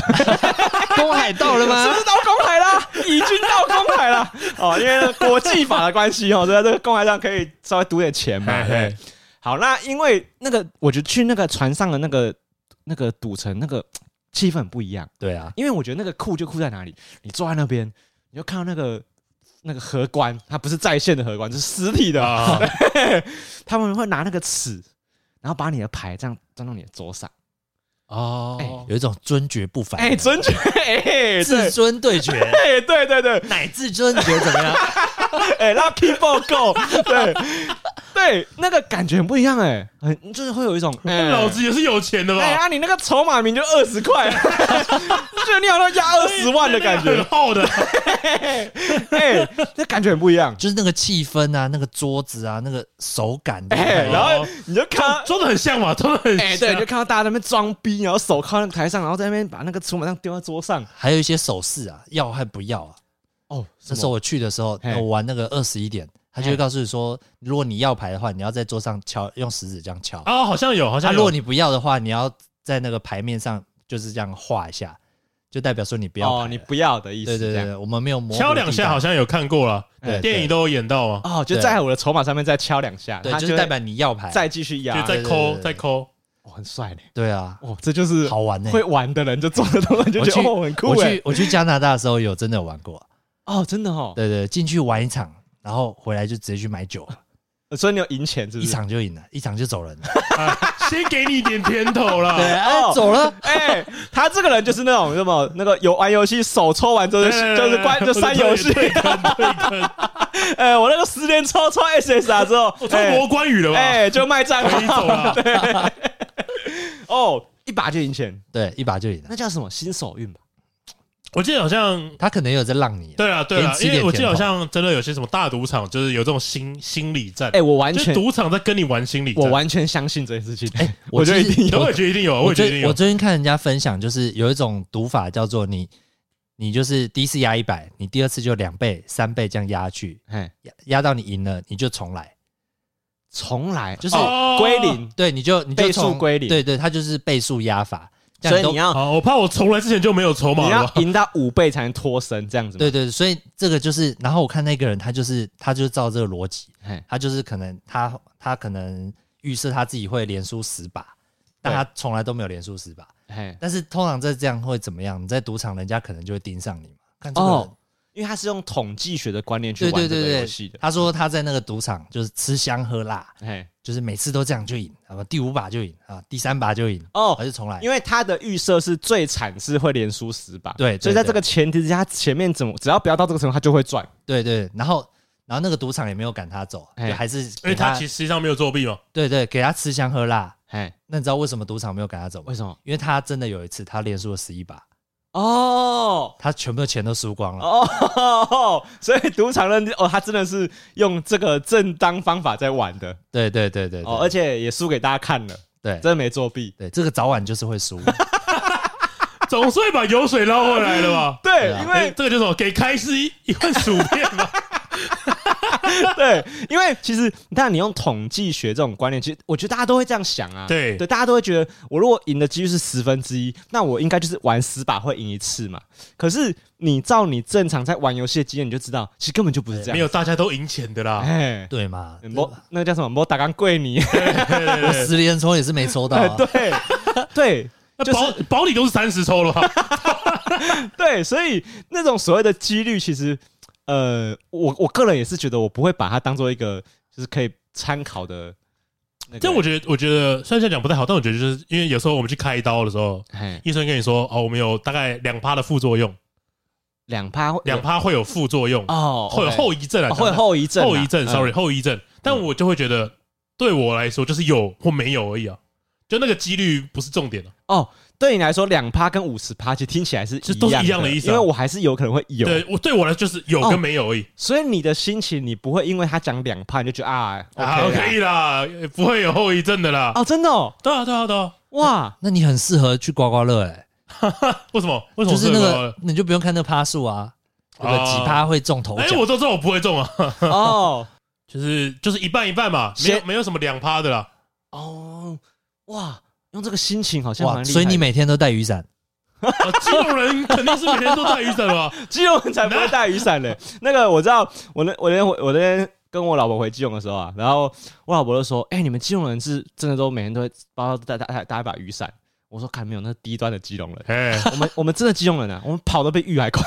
Speaker 3: 公海到了吗
Speaker 2: 是不？是到公海啦？已经到公海啦！ 哦，因为国际法的关系哦，所以在这个公海上可以稍微赌点钱嘛。
Speaker 1: 嘿
Speaker 2: 对
Speaker 1: 嘿，
Speaker 2: 好，那因为那个，我觉得去那个船上的那个那个赌城那个气氛很不一样，
Speaker 3: 对啊，
Speaker 2: 因为我觉得那个酷就酷在哪里，你坐在那边，你就看到那个。那个荷官，它不是在线的荷官，是实体的。
Speaker 1: 啊，
Speaker 2: 他们会拿那个尺，然后把你的牌这样站到你的桌上。
Speaker 1: 哦，
Speaker 3: 有一种尊爵不凡，
Speaker 2: 哎、尊爵，哎、
Speaker 3: 至
Speaker 2: 对，
Speaker 3: 尊对决，
Speaker 2: 哎，对对对，
Speaker 3: 乃至尊爵怎么样？
Speaker 2: 哎、让 people go，对对，那个感觉很不一样哎、很就是会有一种，哎、
Speaker 1: 老子也是有钱的
Speaker 2: 哎、
Speaker 1: 吧？
Speaker 2: 啊，你那个筹码名就二十块， 就你好像压二十万的感
Speaker 1: 那个
Speaker 2: 觉
Speaker 1: 很，厚 的，
Speaker 2: 哎、这感觉很不一样，
Speaker 3: 就是那个气氛啊，那个桌子啊，那个手感的。
Speaker 2: 哎、然后你就看。
Speaker 1: 哦装的很像嘛，装的很
Speaker 2: 哎、对，你
Speaker 1: 像
Speaker 2: 就。看到大家在那边装逼，然后手靠那个台上，然后在那边把那个筹码上丢在桌上。
Speaker 3: 还有一些手势啊，要和不要啊。
Speaker 2: 哦，
Speaker 3: 那时候我去的时候，
Speaker 2: 嘿
Speaker 3: 我玩那个二十一点，他就会
Speaker 2: 嘿
Speaker 3: 告诉你说，如果你要牌的话，你要在桌上敲，用食指这样敲；
Speaker 1: 哦，好像有，好
Speaker 3: 那
Speaker 1: 像
Speaker 3: 如
Speaker 1: 有
Speaker 3: 果。你不要的话，你要在那个牌面上就是这样画一下，就代表说你不
Speaker 2: 不
Speaker 3: 要牌了
Speaker 2: 哦，你不要的意思，
Speaker 3: 对对
Speaker 2: 这样
Speaker 3: 对，我们没有模糊
Speaker 1: 敲两
Speaker 3: 地
Speaker 1: 下
Speaker 3: 带
Speaker 1: 好像有看过了，
Speaker 3: 对对
Speaker 1: 电影都有演到嘛，
Speaker 2: 哦，就
Speaker 3: 对
Speaker 2: 在我的筹码上面再敲两下，
Speaker 3: 对
Speaker 2: 他，
Speaker 3: 就是
Speaker 2: 会
Speaker 3: 代表你要牌。
Speaker 2: 再继续压
Speaker 1: 就。在
Speaker 3: 对对对
Speaker 1: 抠
Speaker 3: 对
Speaker 1: 在抠。
Speaker 2: 哦，很帅呢。
Speaker 3: 对啊，
Speaker 2: 哦，这就是
Speaker 3: 好玩呢。
Speaker 2: 会玩的人就做的东西，就
Speaker 3: 我
Speaker 2: 觉
Speaker 3: 去
Speaker 2: 得哦很酷
Speaker 3: 我
Speaker 2: 哎
Speaker 3: 去。我去加拿大的时候有真的有玩过，
Speaker 2: 哦，真的哦，
Speaker 3: 对对，进去玩一场，然后回来就直接去买酒，
Speaker 2: 所以你有赢钱是不
Speaker 3: 一
Speaker 2: 是？
Speaker 3: 场就赢了，一场就走人了。
Speaker 1: 啊先给你一点甜头啦。
Speaker 3: 对，
Speaker 2: 哦
Speaker 3: 哎， 走了。
Speaker 2: 哎，他这个人就是那种什么那个有玩游戏手抽完之后就
Speaker 1: 对对对
Speaker 2: 就是关
Speaker 1: 对
Speaker 2: 就删游戏。
Speaker 1: 对对对对
Speaker 2: 哎，我那个十连抽抽 SSR 之后
Speaker 1: 我，超
Speaker 2: 哎
Speaker 1: 魔关羽了吧？
Speaker 2: 哎就卖账
Speaker 1: 可以走
Speaker 2: 号。
Speaker 1: 了。
Speaker 2: 哦，一把就赢钱，
Speaker 3: 对，一把就赢了
Speaker 2: 那。叫什么新手运吧？
Speaker 1: 我记得好像。
Speaker 3: 他可能也有在浪你啊，
Speaker 1: 对啊，对啊，
Speaker 3: 给你吃一
Speaker 1: 因为
Speaker 3: 点
Speaker 1: 我记得好
Speaker 3: 甜头
Speaker 1: 像真的有些什么大赌场，就是有这种心心理战，
Speaker 2: 哎，我完
Speaker 1: 就是
Speaker 2: 全
Speaker 1: 赌场在跟你玩心理战。
Speaker 2: 我完全相信这件事情。 哎，
Speaker 3: 我
Speaker 2: 我觉得
Speaker 3: 其实
Speaker 2: 一定
Speaker 1: 我
Speaker 2: 有
Speaker 1: 也觉得一定哦有，我
Speaker 3: 我
Speaker 1: 也觉得一定
Speaker 3: 最我
Speaker 1: 有。
Speaker 3: 最近看人家分享，就是有一种读法叫做你，你就是第一次压一百，你第二次就两倍、三倍这样压下去，
Speaker 2: 哎，
Speaker 3: 压压到你赢了，你就重来，
Speaker 2: 从来
Speaker 3: 就是
Speaker 1: 哦
Speaker 2: 哦归零。
Speaker 3: 对，你就你就
Speaker 2: 倍数
Speaker 3: 从
Speaker 2: 归零
Speaker 3: 对对，它就是倍数压法，这样
Speaker 2: 所以
Speaker 3: 都
Speaker 2: 你要
Speaker 1: 好，我怕我从来之前就没有筹码
Speaker 2: 你
Speaker 1: 了
Speaker 2: 要
Speaker 1: 吧。
Speaker 2: 赢到五倍才能脱身，这样子吗？
Speaker 3: 对对，对所以这个就是，然后我看那个人，他就是他就是照这个逻辑，
Speaker 2: 嘿，
Speaker 3: 他就是可能他他可能预设他自己会连输十把，但
Speaker 2: 对
Speaker 3: 他从来都没有连输十把，
Speaker 2: 嘿，
Speaker 3: 但是通常在这样会怎么样？你在赌场，人家可能就会盯上你嘛，看这个人。
Speaker 2: 哦，因为他是用统计学的观念去
Speaker 3: 对对
Speaker 2: 玩这
Speaker 3: 对
Speaker 2: 个游
Speaker 3: 对
Speaker 2: 戏的，，
Speaker 3: 他说他在那个赌场就是吃香喝辣，
Speaker 2: 嘿，
Speaker 3: 就是每次都这样就赢，啊，第五把就赢啊，第三把就赢，
Speaker 2: 哦
Speaker 3: 还，是重来
Speaker 2: 因。为他的预设是最惨是会连输十把，
Speaker 3: 对对
Speaker 2: 所以在这个前提之下，他前面怎么只要不要到这个程度，他就会赚。
Speaker 3: 对对，然后然后那个赌场也没有赶他走，
Speaker 2: 嘿
Speaker 3: 就还是
Speaker 1: 因
Speaker 3: 给
Speaker 1: 为他
Speaker 3: 他
Speaker 1: 其实实际上没有作弊嘛，
Speaker 3: 对对给他吃香喝辣。
Speaker 2: 嘿，
Speaker 3: 那你知道为什么赌场没有赶他走吗
Speaker 2: 为？什么？
Speaker 3: 因为他真的有一次他连输了十一把，
Speaker 2: 哦
Speaker 3: 他全部的钱都输光了。
Speaker 2: 哦，所以赌场认定哦，他真的是用这个正当方法在玩的
Speaker 3: 对对对对
Speaker 2: 哦，而
Speaker 3: 对
Speaker 2: 且也输给大家看了，
Speaker 3: 对
Speaker 2: 真的没作弊。
Speaker 3: 对，这个早晚就是
Speaker 2: ？
Speaker 3: 会输。
Speaker 1: 总算把油水捞回来了吧
Speaker 2: 对
Speaker 3: 对啊，
Speaker 2: 因
Speaker 1: 哎
Speaker 2: 为
Speaker 1: 这个就是什么给开司一一份薯片嘛，
Speaker 2: 对，因为其实你看，你用统计学这种观念，其实我觉得大家都会这样想啊。
Speaker 1: 对
Speaker 2: 对，大家都会觉得，我如果赢的几率是十分之一，那我应该就是玩十把会赢一次嘛。可是你照你正常在玩游戏的经验，你就知道，其实根本就不是这样。
Speaker 1: 没有啊大家都赢钱的啦。
Speaker 2: 哎，
Speaker 3: 对 嘛？
Speaker 2: 摸那个叫什么？摸打钢跪
Speaker 1: 啊
Speaker 2: 你。
Speaker 1: 对对
Speaker 3: 我
Speaker 1: 对
Speaker 3: 十连抽也是没抽到、啊，
Speaker 2: 对对
Speaker 1: 那
Speaker 2: 就是
Speaker 1: 保保你都是三十抽 了吧？
Speaker 2: 对，所以那种所谓的几率，其实呃，我我个人也是觉得，我不会把它当做一个就是可以参考的那个。
Speaker 1: 但我觉得，我觉得虽然这样讲不太好，但我觉得就是因为有时候我们去开刀的时候，
Speaker 2: 哎，
Speaker 1: 医生跟你说哦，我们有大概两趴的副作用，
Speaker 2: 两趴会
Speaker 1: 两趴会有副作用，
Speaker 2: 嗯哦，
Speaker 1: 会有
Speaker 2: OK
Speaker 1: 后遗症啊，
Speaker 2: 哦会有后遗症啊，
Speaker 1: 后遗症
Speaker 2: 嗯
Speaker 1: ，sorry，后遗症。但我就会觉得，对我来说就是有或没有而已啊，就那个几率不是重点啊。
Speaker 2: 哦，对你来说两趴跟五十趴其实听起来是
Speaker 1: 这都是
Speaker 2: 一
Speaker 1: 一样的意思啊
Speaker 2: 因为我还是有可能会有，
Speaker 1: 对我对我来说就是有跟没有而已
Speaker 2: 所以你的心情你不会因为他讲两趴你就觉得啊
Speaker 1: 啊，
Speaker 2: ，OK 啦
Speaker 1: 可以啦，不会有后遗症的啦。
Speaker 2: 哦，真的哦，
Speaker 1: 对啊，对啊，对啊。
Speaker 2: 哇，
Speaker 3: 那你很适合去刮刮乐、欸，
Speaker 1: 为什么？为什
Speaker 3: 就
Speaker 1: 么
Speaker 3: 是
Speaker 1: 这
Speaker 3: 那个你就不用看那趴数啊，有个几趴会中头
Speaker 1: 哎、
Speaker 3: 奖
Speaker 1: 我，都知道我不会中啊，
Speaker 2: 哦
Speaker 1: 就是就是一半一半嘛，没有
Speaker 2: 先
Speaker 1: 没有什么两趴的啦。
Speaker 2: 哦，哇，用这个心情好像蛮
Speaker 3: 哇！
Speaker 2: 厉害的，
Speaker 3: 所以你每天都带雨伞，
Speaker 1: 啊，这种人肯定是每天都带雨伞 吧？
Speaker 2: 基隆人才不会带雨伞 嘞。那个我知道，我那我那天回我那天跟我老婆回基隆的时候啊，然后我老婆就说：“哎、你们基隆人是真的都每天都会包包带带带带一把雨伞。”我说：“看没有，那是低端的基隆人。
Speaker 1: 哎、
Speaker 2: 我 们我们真的基隆人啊，我们跑得比雨还快。。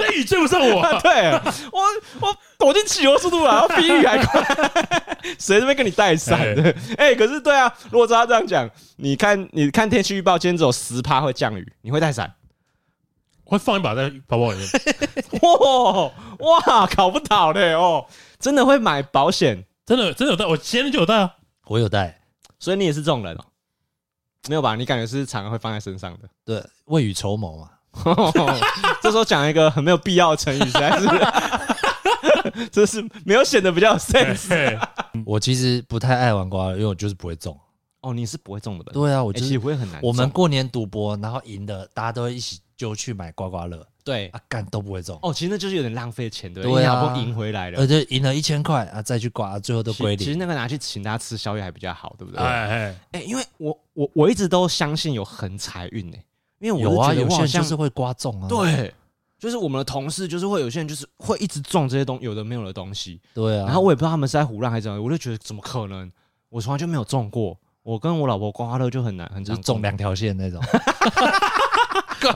Speaker 1: 那雨追不上我、啊
Speaker 2: 对我我躲进汽油速度啊，我比雨还快。 谁这边跟你带伞的？哎、可是对啊，如果照他这样讲，你看你看天气预报，今天只有十趴会降雨，你会带伞？
Speaker 1: 我会放一把在包包里面，
Speaker 2: 哇哇，搞不倒嘞哦，真的会买保险，
Speaker 1: 真的真的有带，我今天就有带 啊。
Speaker 3: 我有带，
Speaker 2: 所以你也是这种人哦？没有吧？你感觉是常常会放在身上的。
Speaker 3: 对，未雨绸缪嘛。
Speaker 2: 这时候讲一个很没有必要的成语，实在是， 这是没有显得比较有 sense。
Speaker 1: 嘿
Speaker 3: 我其实不太爱玩刮刮乐，因为我就是不会中。
Speaker 2: 哦，你是不会中的吧？
Speaker 3: 对啊，我
Speaker 2: 我
Speaker 3: 就
Speaker 2: 其实
Speaker 3: 是
Speaker 2: 会很难中。
Speaker 3: 我们过年赌博，然后赢的，大家都会一起就去买刮刮乐
Speaker 2: 对
Speaker 3: 啊，干都不会中，
Speaker 2: 哦，其实那就是有点浪费钱，对不
Speaker 3: 对啊
Speaker 2: 你好不容易赢回来了
Speaker 3: 而，且赢了一千块啊，再去刮，啊最后都归
Speaker 2: 其实
Speaker 3: 零。
Speaker 2: 那个拿去请大家吃宵夜还比较好，对不对？哎，
Speaker 1: 哎哎，
Speaker 2: 因为我我我一直都相信有横财运诶，因为我
Speaker 3: 有啊，
Speaker 2: 是觉
Speaker 3: 有
Speaker 2: 得我
Speaker 3: 些
Speaker 2: 好
Speaker 3: 人就
Speaker 2: 像
Speaker 3: 是会刮中啊。
Speaker 2: 对，就是我们的同事，就是会有些人就是会一直撞这些东有的没有的东西，
Speaker 3: 对啊，
Speaker 2: 然后我也不知道他们是在胡乱还是怎么样，我就觉得怎么可能？我从来就没有中过，我跟我老婆刮刮乐就很难，很
Speaker 3: 就
Speaker 2: 常
Speaker 3: 是中两条线 那种。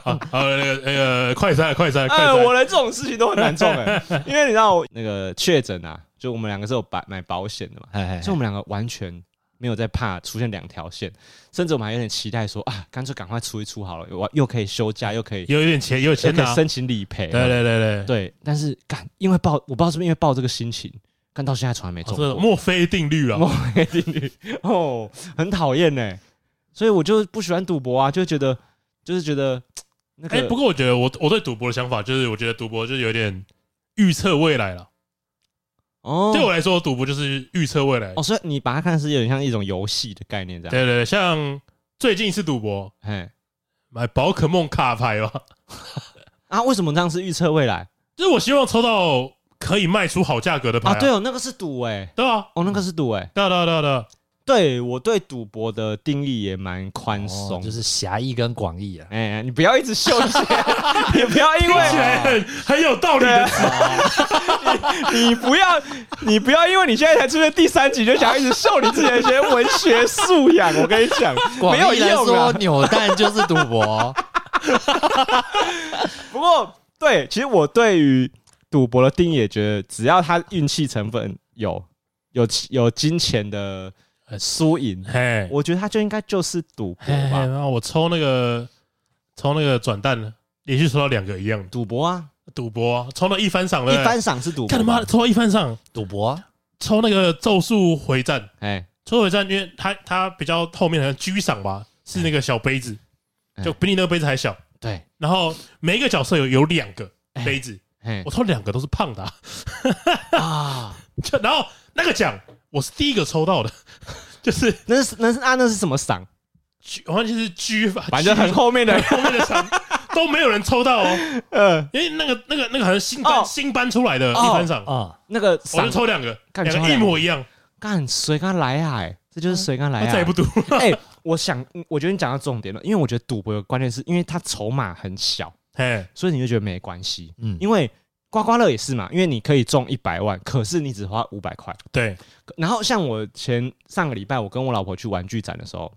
Speaker 1: 好，呃，那个呃，快塞，快 塞，快
Speaker 2: 哎，
Speaker 1: 塞
Speaker 2: 我，连这种事情都很难中哎、 因为你知道我那个确诊啊，就我们两个是有买买保险的嘛，
Speaker 3: 哎，
Speaker 2: 所以我们两个完全没有在怕出现两条线，甚至我们还有点期待说啊，干脆赶快出一出好了，我又可以休假，又可以
Speaker 1: 有一点钱，有
Speaker 2: 又
Speaker 1: 钱
Speaker 2: 可
Speaker 1: 拿
Speaker 2: 以。申请理赔，
Speaker 1: 对对对对，
Speaker 2: 对，但是干，因为抱，我不知道是不是因为抱这个心情，干到现在从来没中
Speaker 1: 哦这个
Speaker 2: 过。
Speaker 1: 墨菲定律啊，
Speaker 2: 莫非定律哦，很讨厌呢，所以我就不喜欢赌博啊，就觉得就是觉得那个、
Speaker 1: 哎、不过我觉得我我对赌博的想法就是，我觉得赌博就是有点预测未来了。
Speaker 2: 哦
Speaker 1: 对我来说，赌博就是预测未来。
Speaker 2: 哦，啊所以你把它看是有点像一种游戏的概念这样，
Speaker 1: 对对对，像最近一次赌博
Speaker 2: 哎
Speaker 1: 买宝可梦卡牌吧，
Speaker 2: 啊，为什么这样是预测未来
Speaker 1: 就是我希望抽到可以卖出好价格的牌、
Speaker 2: 啊？对
Speaker 1: 啊，
Speaker 2: 哦，那个是赌哎、
Speaker 1: 对啊，
Speaker 2: 哦，那个是赌哎、
Speaker 1: 对啊对啊对啊对啊，
Speaker 2: 对我对赌博的定义也蛮宽松、
Speaker 3: 哦就是狭义跟广义啊。
Speaker 2: 哎、你不要一直秀 这些，你不要因
Speaker 1: 听起
Speaker 2: 为
Speaker 1: 来很很有道理的。
Speaker 2: 你不要，你不要，因为你现在才出现第三集，就想要一直秀你自己的一些文学素养。我跟你讲，
Speaker 3: 广
Speaker 2: 没有
Speaker 3: 义来
Speaker 2: 用
Speaker 3: 说
Speaker 2: 啊，。
Speaker 3: 扭蛋就是赌博。
Speaker 2: 不过，对，其实我对于赌博的定义也觉得，只要它运气成分有有有金钱的
Speaker 1: 呃
Speaker 2: 输赢，
Speaker 1: 嘿，
Speaker 2: 我觉得它就应该就是赌博
Speaker 1: 嘿哎嘿
Speaker 2: 吧，
Speaker 1: 然后我抽那个抽那个转蛋，连续抽到两个一样的
Speaker 2: 赌博啊，
Speaker 1: 赌博啊，抽到一番赏了。
Speaker 2: 一番赏是赌博
Speaker 1: 看他
Speaker 2: 吧，
Speaker 1: 妈的抽到一番赏，
Speaker 3: 赌博啊，
Speaker 1: 抽那个咒术回战，
Speaker 2: 哎，
Speaker 1: 抽回战，因为它它比较后面的居赏吧，是那个小杯子，
Speaker 2: 哎
Speaker 1: 就比你那个杯子还小。
Speaker 2: 对，
Speaker 1: 然后每一个角色有有两个杯子，
Speaker 2: 哎
Speaker 1: 我抽两个都是胖的啊、
Speaker 2: 啊，
Speaker 1: 就然后那个奖我是第一个抽到的， 就是
Speaker 2: 那是那是啊，那是什么赏？
Speaker 1: G，好像就是 G 吧，
Speaker 2: 反正
Speaker 1: G
Speaker 2: 很后面的
Speaker 1: 后面的赏，都没有人抽到哦，
Speaker 2: 嗯，
Speaker 1: 因为那个那个那个好像新搬
Speaker 2: 哦
Speaker 1: 新搬出来的一
Speaker 2: 哦
Speaker 1: 番赏，
Speaker 3: 啊，
Speaker 2: 那个
Speaker 1: 我就
Speaker 2: 赏
Speaker 1: 抽两个，
Speaker 2: 干
Speaker 1: 两
Speaker 2: 抽
Speaker 1: 个一
Speaker 2: 两哎
Speaker 1: 模一样，
Speaker 2: 干谁敢来啊？哎这就是谁敢来
Speaker 1: 我再也
Speaker 2: 啊
Speaker 1: 不！读 了。
Speaker 2: 哎，我想，我觉得你讲到重点了，因为我觉得赌博的关键是因为它筹码很小，
Speaker 1: 嘿，
Speaker 2: 所以你就觉得没关系。
Speaker 3: 嗯，
Speaker 2: 因为刮刮乐也是嘛，因为你可以中一百万，可是你只花五百块。
Speaker 1: 对，
Speaker 2: 然后像我前上个礼拜，我跟我老婆去玩具展的时候，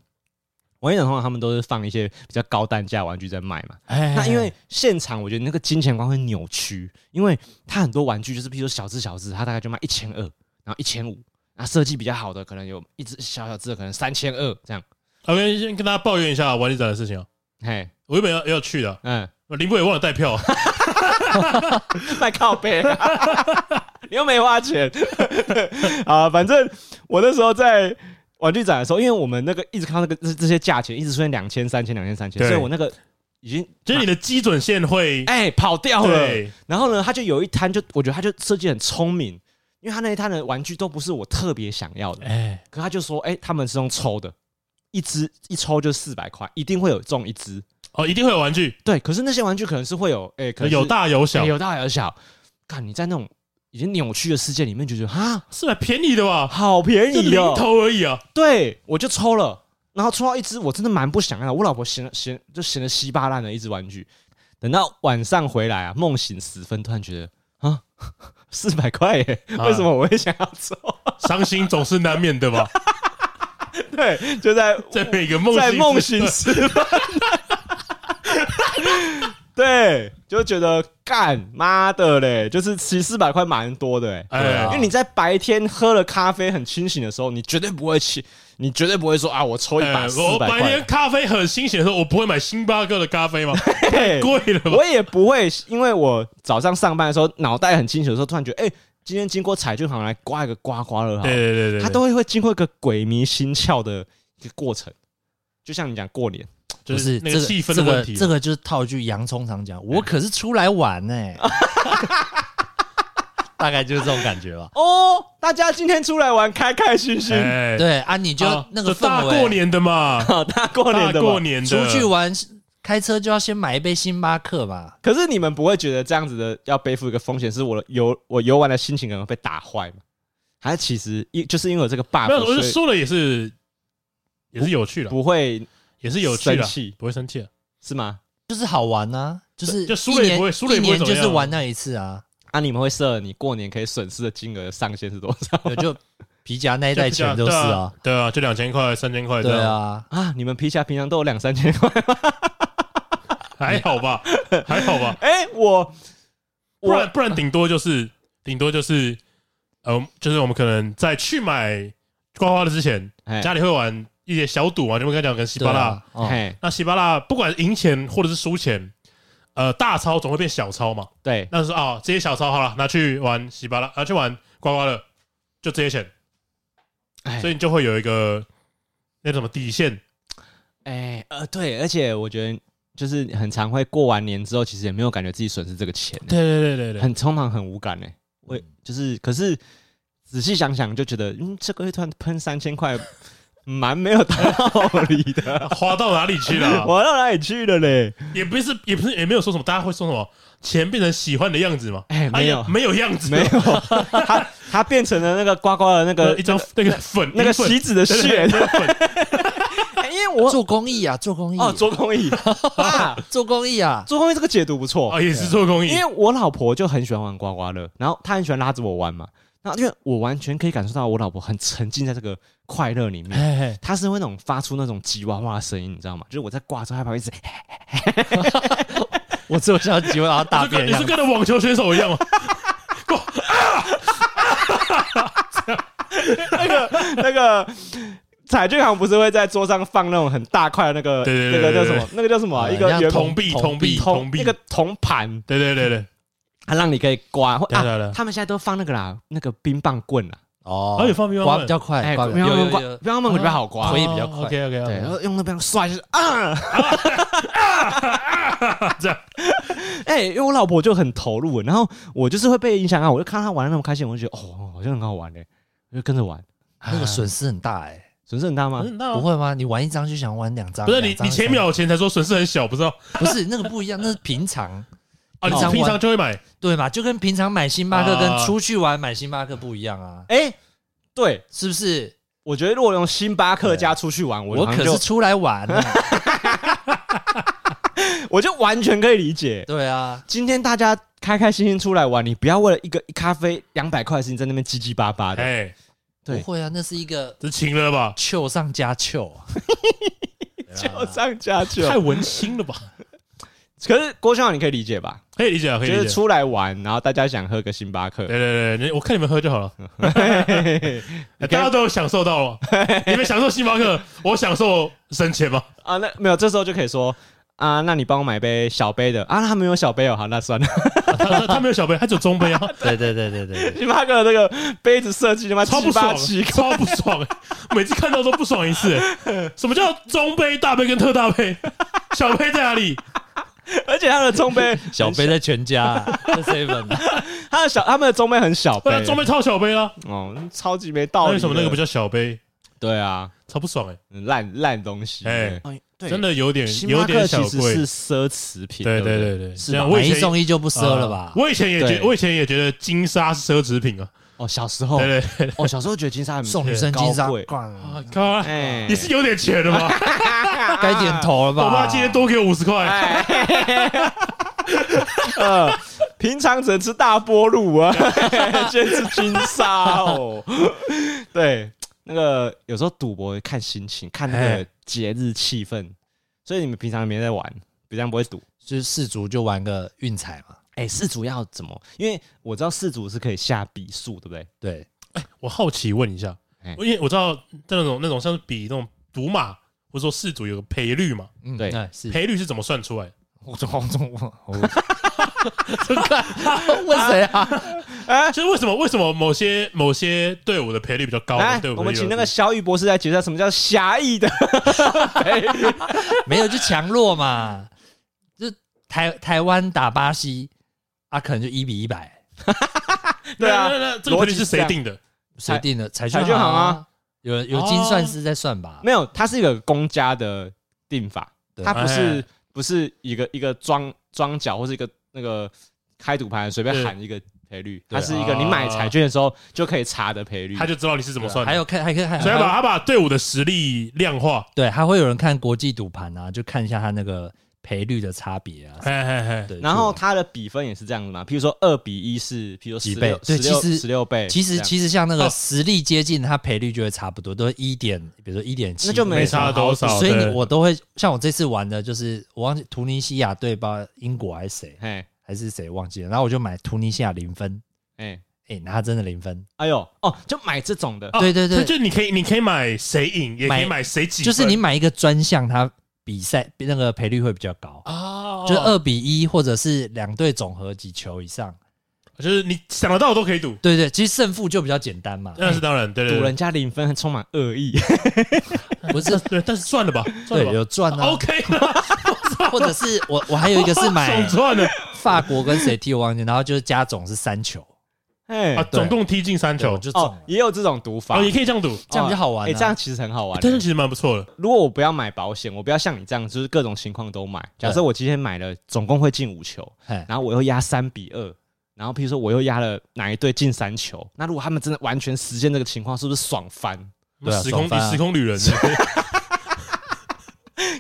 Speaker 2: 我跟你讲，通常他们都是放一些比较高单价玩具在卖嘛。
Speaker 3: 哎
Speaker 2: 那因为现场，我觉得那个金钱观会扭曲，因为它很多玩具就是，譬如说小只小只，它大概就卖一千二，然后一千五，那设计比较好的可能有一只小小只的可能三千二这样。
Speaker 1: 我跟先跟大家抱怨一下玩具展的事情哦，
Speaker 2: 嘿，
Speaker 1: 我原本要要去的，
Speaker 2: 嗯，
Speaker 1: 林博也忘了带票，啊
Speaker 2: 卖靠背、啊你又没花钱 啊。反正我那时候在玩具展的时候，因为我们那个一直看到那个这这些价钱一直出现两千、三千、两千、三千，
Speaker 1: 对
Speaker 2: 所以我那个已经
Speaker 1: 就是你的基准线会
Speaker 2: 哎、跑掉了。
Speaker 1: 对
Speaker 2: 然后呢，他就有一摊就我觉得他就设计很聪明，因为他那一摊的玩具都不是我特别想要的，
Speaker 1: 哎
Speaker 2: 可他就说哎、他们是用抽的。一只一抽就四百块，一定会有中一只。
Speaker 1: 哦，一定会有玩具，
Speaker 2: 对，可是那些玩具可能是会有，哎、可能是
Speaker 1: 有大有小
Speaker 2: 欸，有大有小。看你在那种已经扭曲的世界里面，就觉得啊，
Speaker 1: 是蛮便宜的吧？
Speaker 2: 好便
Speaker 1: 就
Speaker 2: 宜
Speaker 1: 零
Speaker 2: 哦。
Speaker 1: 头而已啊，
Speaker 2: 对，我就抽了，然后抽到一只我真的蛮不想哎要的，我老婆嫌嫌就嫌的稀巴烂的一只玩具。等到晚上回来啊，梦醒时分，突然觉得啊， 四百块耶，
Speaker 1: 啊
Speaker 2: 为什么我会想要抽？
Speaker 1: 伤心总是难免的吧？
Speaker 2: 对，就在
Speaker 1: 在每个梦
Speaker 2: 在
Speaker 1: 之
Speaker 2: 梦醒时分。 对，就觉得干妈的嘞，就是其实四百块蛮多的哎、
Speaker 1: 哎
Speaker 2: 因为你在白天喝了咖啡很清醒的时候，你绝对不会去，你绝对不会说啊，我抽一把
Speaker 1: 哎
Speaker 2: 四
Speaker 1: 我
Speaker 2: 百
Speaker 1: 白天
Speaker 2: 块，
Speaker 1: 咖啡很新鲜的时候，我不会买星巴克的咖啡吗？ 太贵了吧？
Speaker 2: 我也不会，因为我早上上班的时候脑袋很清醒的时候，突然觉得哎、今天经过彩券行来刮一个刮刮乐好
Speaker 1: 对
Speaker 2: 了，
Speaker 1: 对对对，
Speaker 2: 它都会会经过一个鬼迷心窍的一个过程，就像你讲过年，
Speaker 1: 就
Speaker 3: 不
Speaker 1: 是
Speaker 3: 是
Speaker 1: 那
Speaker 3: 这
Speaker 1: 个
Speaker 3: 个
Speaker 1: 气氛的
Speaker 3: 这
Speaker 1: 问
Speaker 3: 个
Speaker 1: 题。
Speaker 3: 这个就是套一句洋葱常讲，我可是出来玩呢、大概就是这种感觉吧。
Speaker 2: 哦，大家今天出来玩，开开心心，
Speaker 1: 哎，
Speaker 3: 对啊，你就
Speaker 1: 啊
Speaker 3: 那个
Speaker 1: 就大
Speaker 3: 氛围，
Speaker 1: 过年的嘛，
Speaker 2: 好、 哦大过
Speaker 1: 大
Speaker 2: 年的嘛
Speaker 1: 过年的
Speaker 3: 出去玩，开车就要先买一杯星巴克嘛。
Speaker 2: 可是你们不会觉得这样子的要背负一个风险，是我的游我游玩的心情可能会被打坏吗？还是其实因就是因为有这个 bug，
Speaker 1: 没有，我
Speaker 2: 所
Speaker 1: 就
Speaker 2: 以
Speaker 1: 说了也是也是有趣了，
Speaker 2: 不会
Speaker 1: 也是有趣了
Speaker 2: 生气，
Speaker 1: 不会生气了。
Speaker 2: 是吗？
Speaker 3: 就是好玩啊，就是
Speaker 1: 就输了也
Speaker 3: 一年
Speaker 1: 不会输了也
Speaker 3: 一
Speaker 1: 不会
Speaker 3: 年
Speaker 1: 怎么
Speaker 3: 就
Speaker 1: 样
Speaker 3: 是玩那一次啊，
Speaker 2: 啊，你们会设你过年可以损失的金额的上限是多少
Speaker 3: 对就皮夹那一袋钱
Speaker 1: 就
Speaker 3: 都
Speaker 1: 比
Speaker 3: 是
Speaker 1: 较
Speaker 3: 啊，，
Speaker 1: 对啊，就两千块、三千块这
Speaker 3: 对
Speaker 1: 样，
Speaker 3: 啊，
Speaker 2: 啊？你们皮夹平常都有两三千块，
Speaker 1: 还好 吧？还好吧？
Speaker 2: 哎、我
Speaker 1: 不
Speaker 2: 我
Speaker 1: 然不然顶多就是顶多就是呃，就是我们可能在去买刮刮乐之前，
Speaker 2: 哎
Speaker 1: 家里会玩一些小赌嘛，就跟刚才讲跟西
Speaker 3: 对
Speaker 1: 巴
Speaker 3: 啊
Speaker 1: 拉。，
Speaker 3: 哦
Speaker 2: 嘿
Speaker 1: 那西巴拉不管赢钱或者是输钱，呃，大钞总会变小钞嘛。
Speaker 2: 对
Speaker 1: 那就是哦，这些小钞好了，拿去玩西巴拉，呃拿去玩刮刮乐，就这些钱，
Speaker 2: 哎
Speaker 1: 所以你就会有一个那什么底线。
Speaker 2: 哎、呃对，而且我觉得就是很常会过完年之后，其实也没有感觉自己损失这个钱、
Speaker 1: 对对对对嗯对，
Speaker 2: 很匆忙，很无感哎、我也就是，可是仔细想想，就觉得，嗯，这个月突然喷三千块， 蛮没有道理 的。
Speaker 1: 花到哪里去了啊？
Speaker 2: 我到哪里去了嘞？
Speaker 1: 也不是，也不是，也没有说什么，大家会说什么钱变成喜欢的样子嘛？
Speaker 2: 哎没有
Speaker 1: 呀没有样子，
Speaker 2: 没有， 它它变成了那个刮刮的那
Speaker 1: 呃
Speaker 2: 个
Speaker 1: 一张那个粉
Speaker 2: 那个
Speaker 1: 粉
Speaker 2: 锡纸的
Speaker 1: 对对
Speaker 2: 血，
Speaker 1: 对粉
Speaker 2: 哎因为我
Speaker 3: 做公益啊，做公益
Speaker 2: 哦做 公益啊，
Speaker 3: 做公益啊，
Speaker 2: 做公益这个解读不错
Speaker 1: 啊，也是做公益
Speaker 2: 因为我老婆就很喜欢玩刮刮乐，然后她很喜欢拉着我玩嘛，然后因为我完全可以感受到我老婆很沉浸在这个快乐里面，
Speaker 3: 嘿嘿，
Speaker 2: 她是会那种发出那种吉娃娃的声音，你知道吗？就是我在挂之后，她会一直
Speaker 3: 我只有想要机会然后大
Speaker 1: 你是
Speaker 3: 便
Speaker 1: 跟
Speaker 3: 一
Speaker 1: 你
Speaker 3: 样
Speaker 1: 是，跟那网球选手一样 吗？
Speaker 2: 那个彩券行不是会在桌上放那种很大块的那个
Speaker 1: 对对
Speaker 2: 那
Speaker 1: 对
Speaker 2: 个叫
Speaker 1: 对
Speaker 2: 什
Speaker 1: 对
Speaker 2: 么？那个叫什么啊？
Speaker 3: 呃
Speaker 2: 一个
Speaker 3: 像
Speaker 2: 圆
Speaker 1: 铜币铜
Speaker 3: 铜
Speaker 1: 币铜币
Speaker 2: 一，个铜盘，
Speaker 1: 对对对对，
Speaker 2: 它让你可以刮。或
Speaker 1: 对
Speaker 2: 啊
Speaker 1: 对对，
Speaker 2: 他们现在都放那个啦，那个冰棒棍啦，
Speaker 3: 哦
Speaker 1: 而且放冰
Speaker 3: 刮
Speaker 1: 棒
Speaker 3: 比较快，刮
Speaker 2: 冰棒棍刮，
Speaker 3: 哎有有有
Speaker 2: 冰棒棍比较好刮
Speaker 3: 可。以比较
Speaker 2: 哦
Speaker 3: 快
Speaker 1: OK OK
Speaker 2: 对，然
Speaker 1: OK，
Speaker 2: 后用那边刷就是啊，
Speaker 1: 这样
Speaker 2: 哎，因为我老婆就很投入，然后我就是会被影响啊，我就看她玩的那么开心，我就觉得哦，好像很好玩嘞，我就跟着玩。
Speaker 3: 那个损失很大哎，
Speaker 2: 损失很大吗？
Speaker 1: 嗯那
Speaker 3: 不会吗？你玩一张就想玩两张，
Speaker 1: 不是你
Speaker 3: 两，张
Speaker 1: 你前一秒前才说损失很小，不知道
Speaker 3: 不是那个不一样，那是平常
Speaker 1: 啊？你
Speaker 3: 平常
Speaker 1: 平常
Speaker 3: 玩
Speaker 1: 就会买
Speaker 3: 对嘛？就跟平常买星巴克
Speaker 1: 啊
Speaker 3: 跟出去玩买星巴克不一样啊，
Speaker 2: 哎、对，
Speaker 3: 是不是？
Speaker 2: 我觉得如果用星巴克家出去玩，我
Speaker 3: 我
Speaker 2: 好像
Speaker 3: 可
Speaker 2: 就是
Speaker 3: 出来玩啊，
Speaker 2: 我就完全可以理解。
Speaker 3: 对啊，
Speaker 2: 今天大家开开心心出来玩，你不要为了一个一咖啡两百块的事情在那边唧唧巴巴的。
Speaker 1: 哎，
Speaker 3: 不
Speaker 2: 对，
Speaker 3: 会啊，那是一个
Speaker 1: 这情了吧？
Speaker 3: 糗上加糗啊，
Speaker 2: 就上加就。
Speaker 1: 太文青了吧？
Speaker 2: 可是郭校长，你可以理解吧？
Speaker 1: 可以理解啊，可以
Speaker 2: 就
Speaker 1: 理
Speaker 2: 是
Speaker 1: 解。
Speaker 2: 出来玩，然后大家想喝个星巴克
Speaker 1: 对，对对，你我看你们喝就好了，
Speaker 2: 你
Speaker 1: 大
Speaker 2: 可以
Speaker 1: 家都有享受到了。你们享受星巴克，我享受生前吗？
Speaker 2: 啊，那没有，这时候就可以说啊，那你帮我买杯小杯的啊，那他没有小杯哦，好，那算了。
Speaker 1: 啊他他他没有小杯，他只有中杯啊，
Speaker 3: 对对对 对对，对
Speaker 2: 星巴克的这个杯子设计他妈
Speaker 1: 嗯超不
Speaker 2: 七八
Speaker 1: 爽，
Speaker 2: 奇怪，
Speaker 1: 超不爽，欸每次看到都不爽一次。欸什么叫中杯、大杯跟特大杯？小杯在哪里？
Speaker 2: 而且他们的 中杯，
Speaker 3: 小杯在全家啊， 在 seven 啊
Speaker 2: 他的小他们的中杯很小
Speaker 1: 对啊，
Speaker 2: 杯，
Speaker 1: 中杯超小杯啊，
Speaker 2: 哦，超级没道
Speaker 1: 那
Speaker 2: 理。
Speaker 1: 为什么那个不？叫小杯？
Speaker 2: 对啊，
Speaker 1: 超不爽哎、
Speaker 2: 烂烂东西。
Speaker 1: 哎
Speaker 2: 对
Speaker 3: 对
Speaker 1: 真的有点
Speaker 2: 星
Speaker 1: 有
Speaker 2: 巴
Speaker 1: 点
Speaker 2: 克
Speaker 1: 小
Speaker 2: 其
Speaker 1: 贵
Speaker 2: 实是。奢侈品，
Speaker 1: 对
Speaker 2: 不
Speaker 1: 对对对，
Speaker 3: 是
Speaker 1: 这
Speaker 3: 吧
Speaker 1: 样我
Speaker 3: 买
Speaker 1: 以
Speaker 3: 一
Speaker 1: 前
Speaker 3: 送一就不奢了
Speaker 1: 啊
Speaker 3: 吧？
Speaker 1: 我以前也觉，
Speaker 2: 对
Speaker 1: 我以前也觉得金沙是奢侈品啊。
Speaker 2: 哦，小时候，
Speaker 1: 对对 对，
Speaker 2: 哦，小时候觉得金沙很
Speaker 3: 送女生金
Speaker 2: 高
Speaker 3: 沙
Speaker 2: 贵，
Speaker 1: 啊
Speaker 3: 逛，
Speaker 1: 靠，
Speaker 2: 哎
Speaker 1: 也是有点钱的 嘛。
Speaker 3: 该点头了吧？
Speaker 1: 我妈今天多给我五十块，
Speaker 2: 哎，呃，平常只能吃大波路 啊，今天吃金沙 哦。对，那个有时候赌博看心情，看那个
Speaker 1: 哎
Speaker 2: 节日气氛，所以你们平常没在玩，平常不会赌。
Speaker 3: 就是四足就玩个运彩嘛，
Speaker 2: 哎，四组要怎么？因为我知道四组是可以下笔数，对不对？
Speaker 3: 对，
Speaker 1: 我好奇问一下，
Speaker 2: 哎
Speaker 1: 因为我知道那种那种像是比那种赌马或者说四组有个赔率嘛，
Speaker 3: 嗯
Speaker 2: 对
Speaker 3: 那是
Speaker 1: 赔率是怎么算出来的？
Speaker 3: 我中我中我，我问谁啊？
Speaker 1: 就是为什么为什么某些某些队伍的赔率比较高？
Speaker 2: 来
Speaker 1: 对，
Speaker 2: 哦啊哎我们请那个小雨博士来解释一下什么叫狭义 的赔率。
Speaker 3: 没有就强弱嘛，就台台湾打巴西啊，可能就一比一百，
Speaker 1: 对
Speaker 2: 对啊
Speaker 1: 那那那这个赔率
Speaker 2: 逻辑
Speaker 1: 是
Speaker 2: 是这
Speaker 1: 谁
Speaker 2: 样
Speaker 1: 定的？
Speaker 3: 谁定的？彩
Speaker 2: 彩
Speaker 3: 券
Speaker 2: 券行啊
Speaker 3: 啊，有有精算师在算吧？
Speaker 2: 没有，它是一个公家的定法，
Speaker 3: 对啊
Speaker 2: 它不
Speaker 1: 哎
Speaker 2: 是不是一个一个庄庄脚或是一个那个开赌盘随便喊一个赔率，它
Speaker 3: 对
Speaker 2: 是一个你买彩券的时候就可以查的赔率。
Speaker 1: 他就知道你是怎么算的。
Speaker 3: 还
Speaker 2: 啊
Speaker 3: 有看还可以还
Speaker 1: 所以他把
Speaker 3: 还
Speaker 1: 他把队伍的实力量化。
Speaker 3: 对，还会有人看国际赌盘啊，就看一下他那个赔率的差别啊。
Speaker 1: 嘿嘿嘿，
Speaker 3: 对，
Speaker 2: 然后
Speaker 3: 就
Speaker 2: 它的比分也是这样子嘛，譬如说二比一是，譬如说
Speaker 3: 几
Speaker 2: 十
Speaker 3: 倍
Speaker 2: 六
Speaker 3: 对
Speaker 2: 十六
Speaker 3: 其实
Speaker 2: 十六倍，
Speaker 3: 其
Speaker 2: 这
Speaker 3: 实
Speaker 2: 样
Speaker 3: 其实像那
Speaker 1: 哦
Speaker 3: 个实力接近，它赔率就会差不多，都一点，比如说一点七，
Speaker 2: 那就
Speaker 1: 没
Speaker 2: 没
Speaker 1: 差
Speaker 2: 什么好
Speaker 1: 多少，
Speaker 3: 所以
Speaker 1: 哦对
Speaker 3: 你我都会像我这次玩的，就是我忘记突尼西亚对吧？英国还是谁
Speaker 2: 嘿
Speaker 3: 还是谁忘记了？然后我就买突尼西亚零分，
Speaker 2: 哎
Speaker 3: 哎、那他真的零分，
Speaker 2: 哎呦哦，就买这种的
Speaker 1: 哦
Speaker 3: 对对对
Speaker 1: 所以就你可以你可以买谁赢，也可以
Speaker 3: 买
Speaker 1: 买谁几分，
Speaker 3: 就是你买一个专项，它比赛那个赔率会比较高，
Speaker 1: 啊，
Speaker 3: 就是二比一，或者是两队总和几球以上。
Speaker 1: 就是你想得到的都可以赌，
Speaker 3: 对对，其实胜负就比较简单嘛，
Speaker 1: 那是当然，对对
Speaker 2: 赌
Speaker 1: 对
Speaker 2: 人，家零分，充满恶意。
Speaker 3: 不是
Speaker 1: 对，但是赚了 吧，赚
Speaker 3: 对
Speaker 1: 了吧
Speaker 3: 有赚啊，
Speaker 1: ，OK 了，
Speaker 3: 或者是我我还有一个是买
Speaker 1: 总赚了
Speaker 3: 法国跟谁踢我忘记，然后就是加总是三球，
Speaker 2: 哎
Speaker 1: 啊， 总共踢进三
Speaker 3: 对
Speaker 1: 球
Speaker 3: 我，就中
Speaker 2: 哦
Speaker 3: 了，，
Speaker 2: 也有这种赌法
Speaker 1: 哦，，也可以这样赌，
Speaker 3: 啊这样比较好玩啊
Speaker 2: 哎，这样其实很好玩。
Speaker 1: 但是其实蛮不错的，
Speaker 2: 如果我不要买保险，我不要像你这样，就是各种情况都买。假设我今天买了，总共会进五球，
Speaker 3: 嘿
Speaker 2: 然后我又压三比二，然后譬如说我又压了哪一队进三球，那如果他们真的完全实现这个情况，是不是爽翻？
Speaker 3: 对啊
Speaker 1: 时空
Speaker 3: 爽翻啊
Speaker 1: 时空旅人，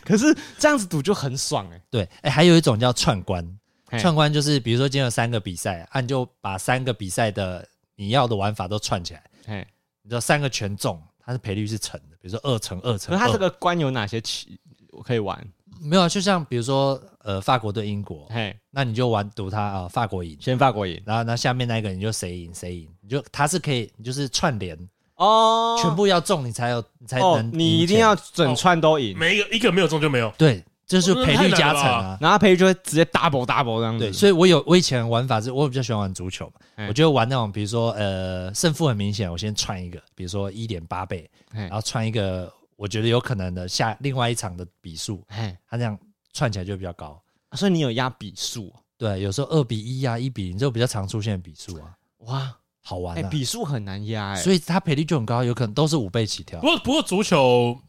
Speaker 2: 可是这样子赌就很爽哎、
Speaker 3: 对，哎、还有一种叫串关，
Speaker 2: 嘿
Speaker 3: 串关就是比如说今天有三个比赛，啊，你就把三个比赛的你要的玩法都串起来，
Speaker 2: 嘿，
Speaker 3: 你知道三个全中，它的赔率是乘的，比如说二乘二
Speaker 2: 可
Speaker 3: 乘
Speaker 2: 是
Speaker 3: 二，哦
Speaker 2: 它这个关有哪些棋我可以玩？
Speaker 3: 没有啊，就像比如说呃法国对英国，
Speaker 2: 嘿，
Speaker 3: 那你就玩赌它啊、呃法国赢，
Speaker 2: 先法国赢
Speaker 3: 然后那下面那一个你就谁赢谁赢，你就它是可以，你就是串联，
Speaker 2: 哦，
Speaker 3: 全部要中你才有你才
Speaker 2: 哦
Speaker 3: 能赢，哦钱、
Speaker 2: 你一定要整串都赢，
Speaker 1: 每一个一个没有中就没有，
Speaker 3: 对，这就是
Speaker 1: 哦那
Speaker 3: 赔
Speaker 1: 太
Speaker 3: 率
Speaker 1: 难
Speaker 3: 加
Speaker 1: 了
Speaker 3: 成
Speaker 1: 吧
Speaker 3: 啊。
Speaker 2: 然后赔率就会直接 double double 这样
Speaker 3: 对，
Speaker 2: 子。
Speaker 3: 所以我有我以前玩法是，我比较喜欢玩足球嘛
Speaker 2: 嗯，
Speaker 3: 我就玩那种，比如说呃胜负很明显，我先串一个，比如说一点八倍，
Speaker 2: 嘿
Speaker 3: 然后串一个我觉得有可能的下另外一场的比数，
Speaker 2: 嘿，
Speaker 3: 它这样串起来就比较高。
Speaker 2: 所以你有压笔数
Speaker 3: 对，有时候二比一啊，一比零，这种比较常出现的比数啊，
Speaker 2: 哇，
Speaker 3: 好玩
Speaker 2: 哎，
Speaker 3: 啊。
Speaker 2: 比数很难压哎，
Speaker 3: 所以它赔率就很高，有可能都是五倍起跳
Speaker 1: 不。过不过足球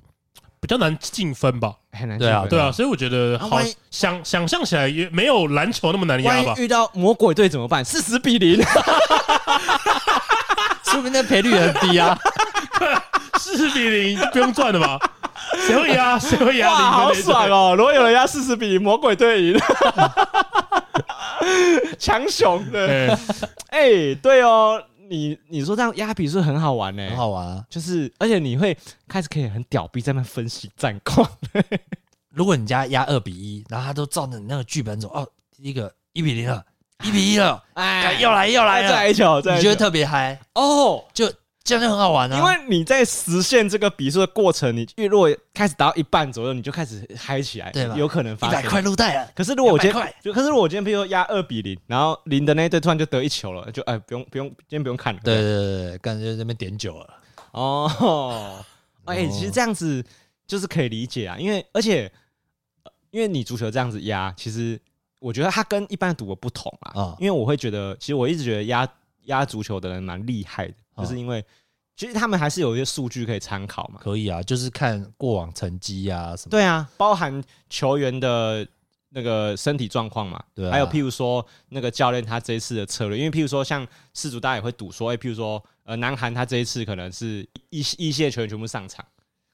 Speaker 1: 比较难进分吧？
Speaker 2: 以很难
Speaker 3: 对啊
Speaker 2: 区分
Speaker 1: 对啊，所以我觉得
Speaker 3: 啊
Speaker 1: 好
Speaker 3: 万一
Speaker 1: 想想象起来也没有篮球那么难压
Speaker 2: 万
Speaker 1: 吧
Speaker 2: 一？遇到魔鬼队怎么办？四十比 零，
Speaker 3: 说明那赔率
Speaker 2: 哎
Speaker 3: 很 低啊。
Speaker 1: 四比零不用赚了吧？谁会 压？谁会压？
Speaker 2: 哇，好爽！哦！如果有人家四十比零，魔鬼队赢， 强雄的，
Speaker 1: 哎，
Speaker 2: 哎、对哦，你你说这样压比数很好玩呢、
Speaker 3: 很好玩啊！
Speaker 2: 就是而且你会开始可以很屌逼在那分析战况，
Speaker 3: 如果你家压二比一，然后他都照着你那个剧本走，哦，第一个一比零了，一比一了， 啊哎，又来又来
Speaker 2: 再来
Speaker 3: 了，
Speaker 2: 一球，再来
Speaker 3: 你
Speaker 2: 一
Speaker 3: 觉
Speaker 2: 球
Speaker 3: 得特别嗨，
Speaker 2: 哦。
Speaker 3: 就这样就很好玩啊。
Speaker 2: 因为你在实现这个比数的过程，你越如果开始达到一半左右，你就开始嗨起来，
Speaker 3: 对吧
Speaker 2: 有可能
Speaker 3: 一
Speaker 2: 发
Speaker 3: 百
Speaker 2: 生。
Speaker 3: 块入袋了，
Speaker 2: 可是如果我今
Speaker 3: 200
Speaker 2: 天
Speaker 3: 块，
Speaker 2: 就可是如果我今天比如说压二比零，然后零的那一队突然就得一球了，就哎不用不用，今天不用看了。
Speaker 3: 对对对对对，感觉在那边点酒了。
Speaker 2: 哦，哎、其实这样子就是可以理解啊，因为而且、呃因为你足球这样子压，其实我觉得它跟一般的赌博不同啊，
Speaker 3: 啊
Speaker 2: 因为我会觉得，其实我一直觉得压压足球的人蛮厉害的，就是因为其实他们还是有一些数据可以参考嘛。
Speaker 3: 可以啊，就是看过往成绩啊什么。
Speaker 2: 对啊，包含球员的那个身体状况嘛，
Speaker 3: 对啊
Speaker 2: 还有譬如说那个教练他这一次的策略，因为譬如说像世足，大家也会赌说，哎、譬如说呃，南韩他这一次可能是一一线球员全部上场，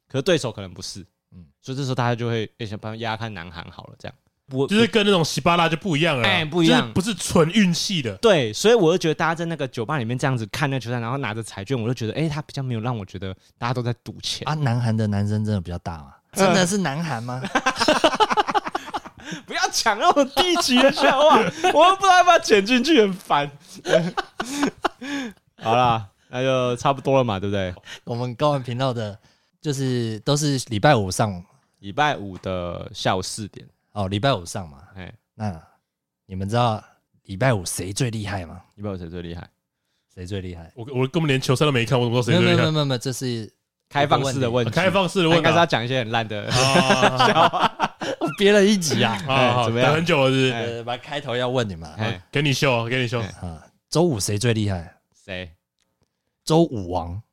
Speaker 2: 可是对手可能不是，
Speaker 3: 嗯
Speaker 2: 嗯，所以这时候大家就会、哎想办法压看南韩好了，这样我
Speaker 1: 就是跟那种喜巴拉就不一样了啦，啊
Speaker 2: 哎不一样
Speaker 1: 就是不是纯运气的。
Speaker 2: 对，所以我就觉得大家在那个酒吧里面这样子看那球赛，然后拿着彩券，我就觉得，哎、他比较没有让我觉得大家都在赌钱，
Speaker 3: 啊，南韩的男生真的比较大嘛？真的是南韩 吗？
Speaker 2: 不要讲那种低级的笑 话，我们不知道要不要剪进去，很烦。好啦，那就差不多了嘛，对不对？
Speaker 3: 我们高玩频道的，就是都是礼拜五上
Speaker 2: 礼拜五的下午四点，
Speaker 3: 哦，礼拜五上嘛。
Speaker 2: 哎，
Speaker 3: 那你们知道礼拜五谁最厉害吗？
Speaker 2: 礼拜五谁最厉害？
Speaker 3: 谁最厉害？
Speaker 1: 我我根本连球赛都没看，我怎么知
Speaker 3: 没
Speaker 1: 道谁最厉
Speaker 3: 有没有没有
Speaker 1: 害？
Speaker 3: 没有没有，这是
Speaker 2: 开放式的问题，
Speaker 1: 开放式的
Speaker 2: 他应
Speaker 1: 问啊
Speaker 2: 该是要
Speaker 1: 答
Speaker 2: 讲一些很烂的。
Speaker 1: 啊
Speaker 3: 我憋了一集 啊。
Speaker 2: 哎
Speaker 1: 啊！
Speaker 2: 怎么样
Speaker 1: 等很久了是不是？
Speaker 3: 呃，把开头要问你们啊
Speaker 2: 哎，
Speaker 1: 给你秀，给你秀。
Speaker 2: 哎
Speaker 3: 啊，周五谁最厉害？
Speaker 2: 谁？
Speaker 3: 周武王。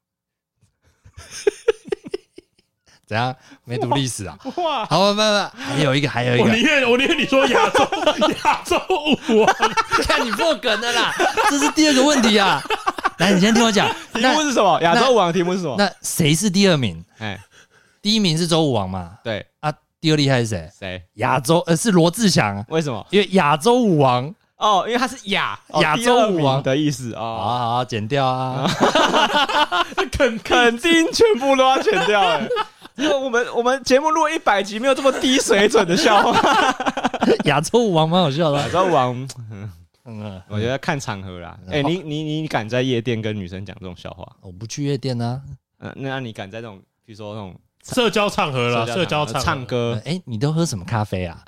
Speaker 3: 怎样？没读历 史啊？
Speaker 2: 哇！
Speaker 3: 好，不不不，还有一个，还有一
Speaker 1: 我
Speaker 3: 个
Speaker 1: 宁，愿我宁愿你说亚 洲亚洲啊舞王，
Speaker 3: 看你破梗的啦，这是第二个问题 啊。来，你先听我讲。
Speaker 2: 题目
Speaker 3: 那
Speaker 2: 是什么？亚洲网的题目是什么？
Speaker 3: 那谁是第二名？
Speaker 2: 哎，
Speaker 3: 第一名是周武王嘛？
Speaker 2: 对，
Speaker 3: 啊，第二厉害是谁？
Speaker 2: 谁？
Speaker 3: 亚洲呃是罗志祥啊，
Speaker 2: 为什么？
Speaker 3: 因为亚洲舞王。
Speaker 2: 哦，因为他是亚哦
Speaker 3: 亚
Speaker 2: 第
Speaker 3: 洲
Speaker 2: 二
Speaker 3: 舞
Speaker 2: 名
Speaker 3: 王
Speaker 2: 的意思
Speaker 3: 好
Speaker 2: 哦。
Speaker 3: 啊好啊，剪掉啊。
Speaker 1: 肯
Speaker 2: 肯定全部都要剪掉哎。 因为我们我们节目录一百集，没有这么低水准的笑话。
Speaker 3: 亚洲舞王蛮好笑的
Speaker 2: 亚
Speaker 3: 啊。
Speaker 2: 洲王，
Speaker 3: 嗯，
Speaker 2: 我觉得看场合啦。
Speaker 3: 嗯
Speaker 2: 哎、你你你你敢在夜店跟女生讲这种笑话？
Speaker 3: 我不去夜店啊。
Speaker 2: 嗯、那那你敢在这种，比如说那种
Speaker 1: 社交场合啦，社交
Speaker 2: 场
Speaker 1: 场
Speaker 2: 合
Speaker 1: 合
Speaker 2: 唱歌，
Speaker 3: 哎，你都喝什么咖啡啊？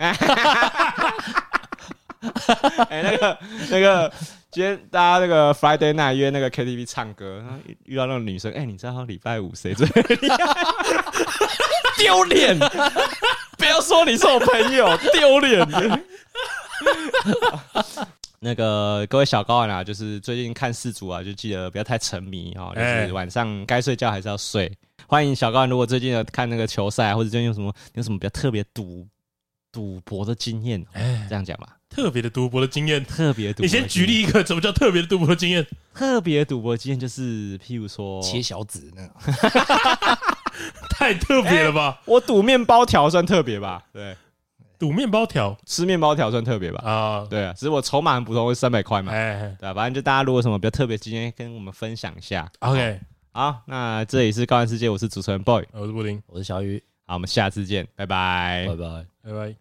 Speaker 2: 哎、那个那个，今天大家那个 Friday night 约那个 KTV 唱歌，然后遇到那种女生，哎、你知道礼拜五谁最 厉害丢脸？不要说你是我朋友，丢脸。那个各位小高玩啊，就是最近看四组啊，就记得不要太沉迷哦，就
Speaker 1: 哎
Speaker 2: 是晚上该睡觉还是要睡。欢迎小高玩，如果最近有看那个球赛啊，或者最近有什么有什么比较特别赌赌博的经验，哦这样讲吧，
Speaker 1: 特别的赌博的经验。
Speaker 2: 特别赌。
Speaker 1: 哎你先举。例一个，什么叫特别的赌博的经验？
Speaker 2: 特别赌博经验就是，譬如说，
Speaker 3: 切小指那种。
Speaker 1: 太特别了吧！
Speaker 2: 我赌面包条算特别吧？
Speaker 1: 哎
Speaker 2: 对，哎
Speaker 1: 赌面包条
Speaker 2: 吃面包条算特别吧？
Speaker 1: 啊，
Speaker 2: 对啊，只是我筹码很普通，三百块嘛，
Speaker 1: 哎
Speaker 2: 对吧、啊反正就大家如果有什么比较特别经验，跟我们分享一下。
Speaker 1: ，OK，
Speaker 2: 好，那这里是高玩世界，我是主持人 boy，
Speaker 1: 我是布丁，
Speaker 3: 我是小雨，
Speaker 2: 好，我们下次见，拜拜
Speaker 3: 拜拜。
Speaker 1: 拜拜。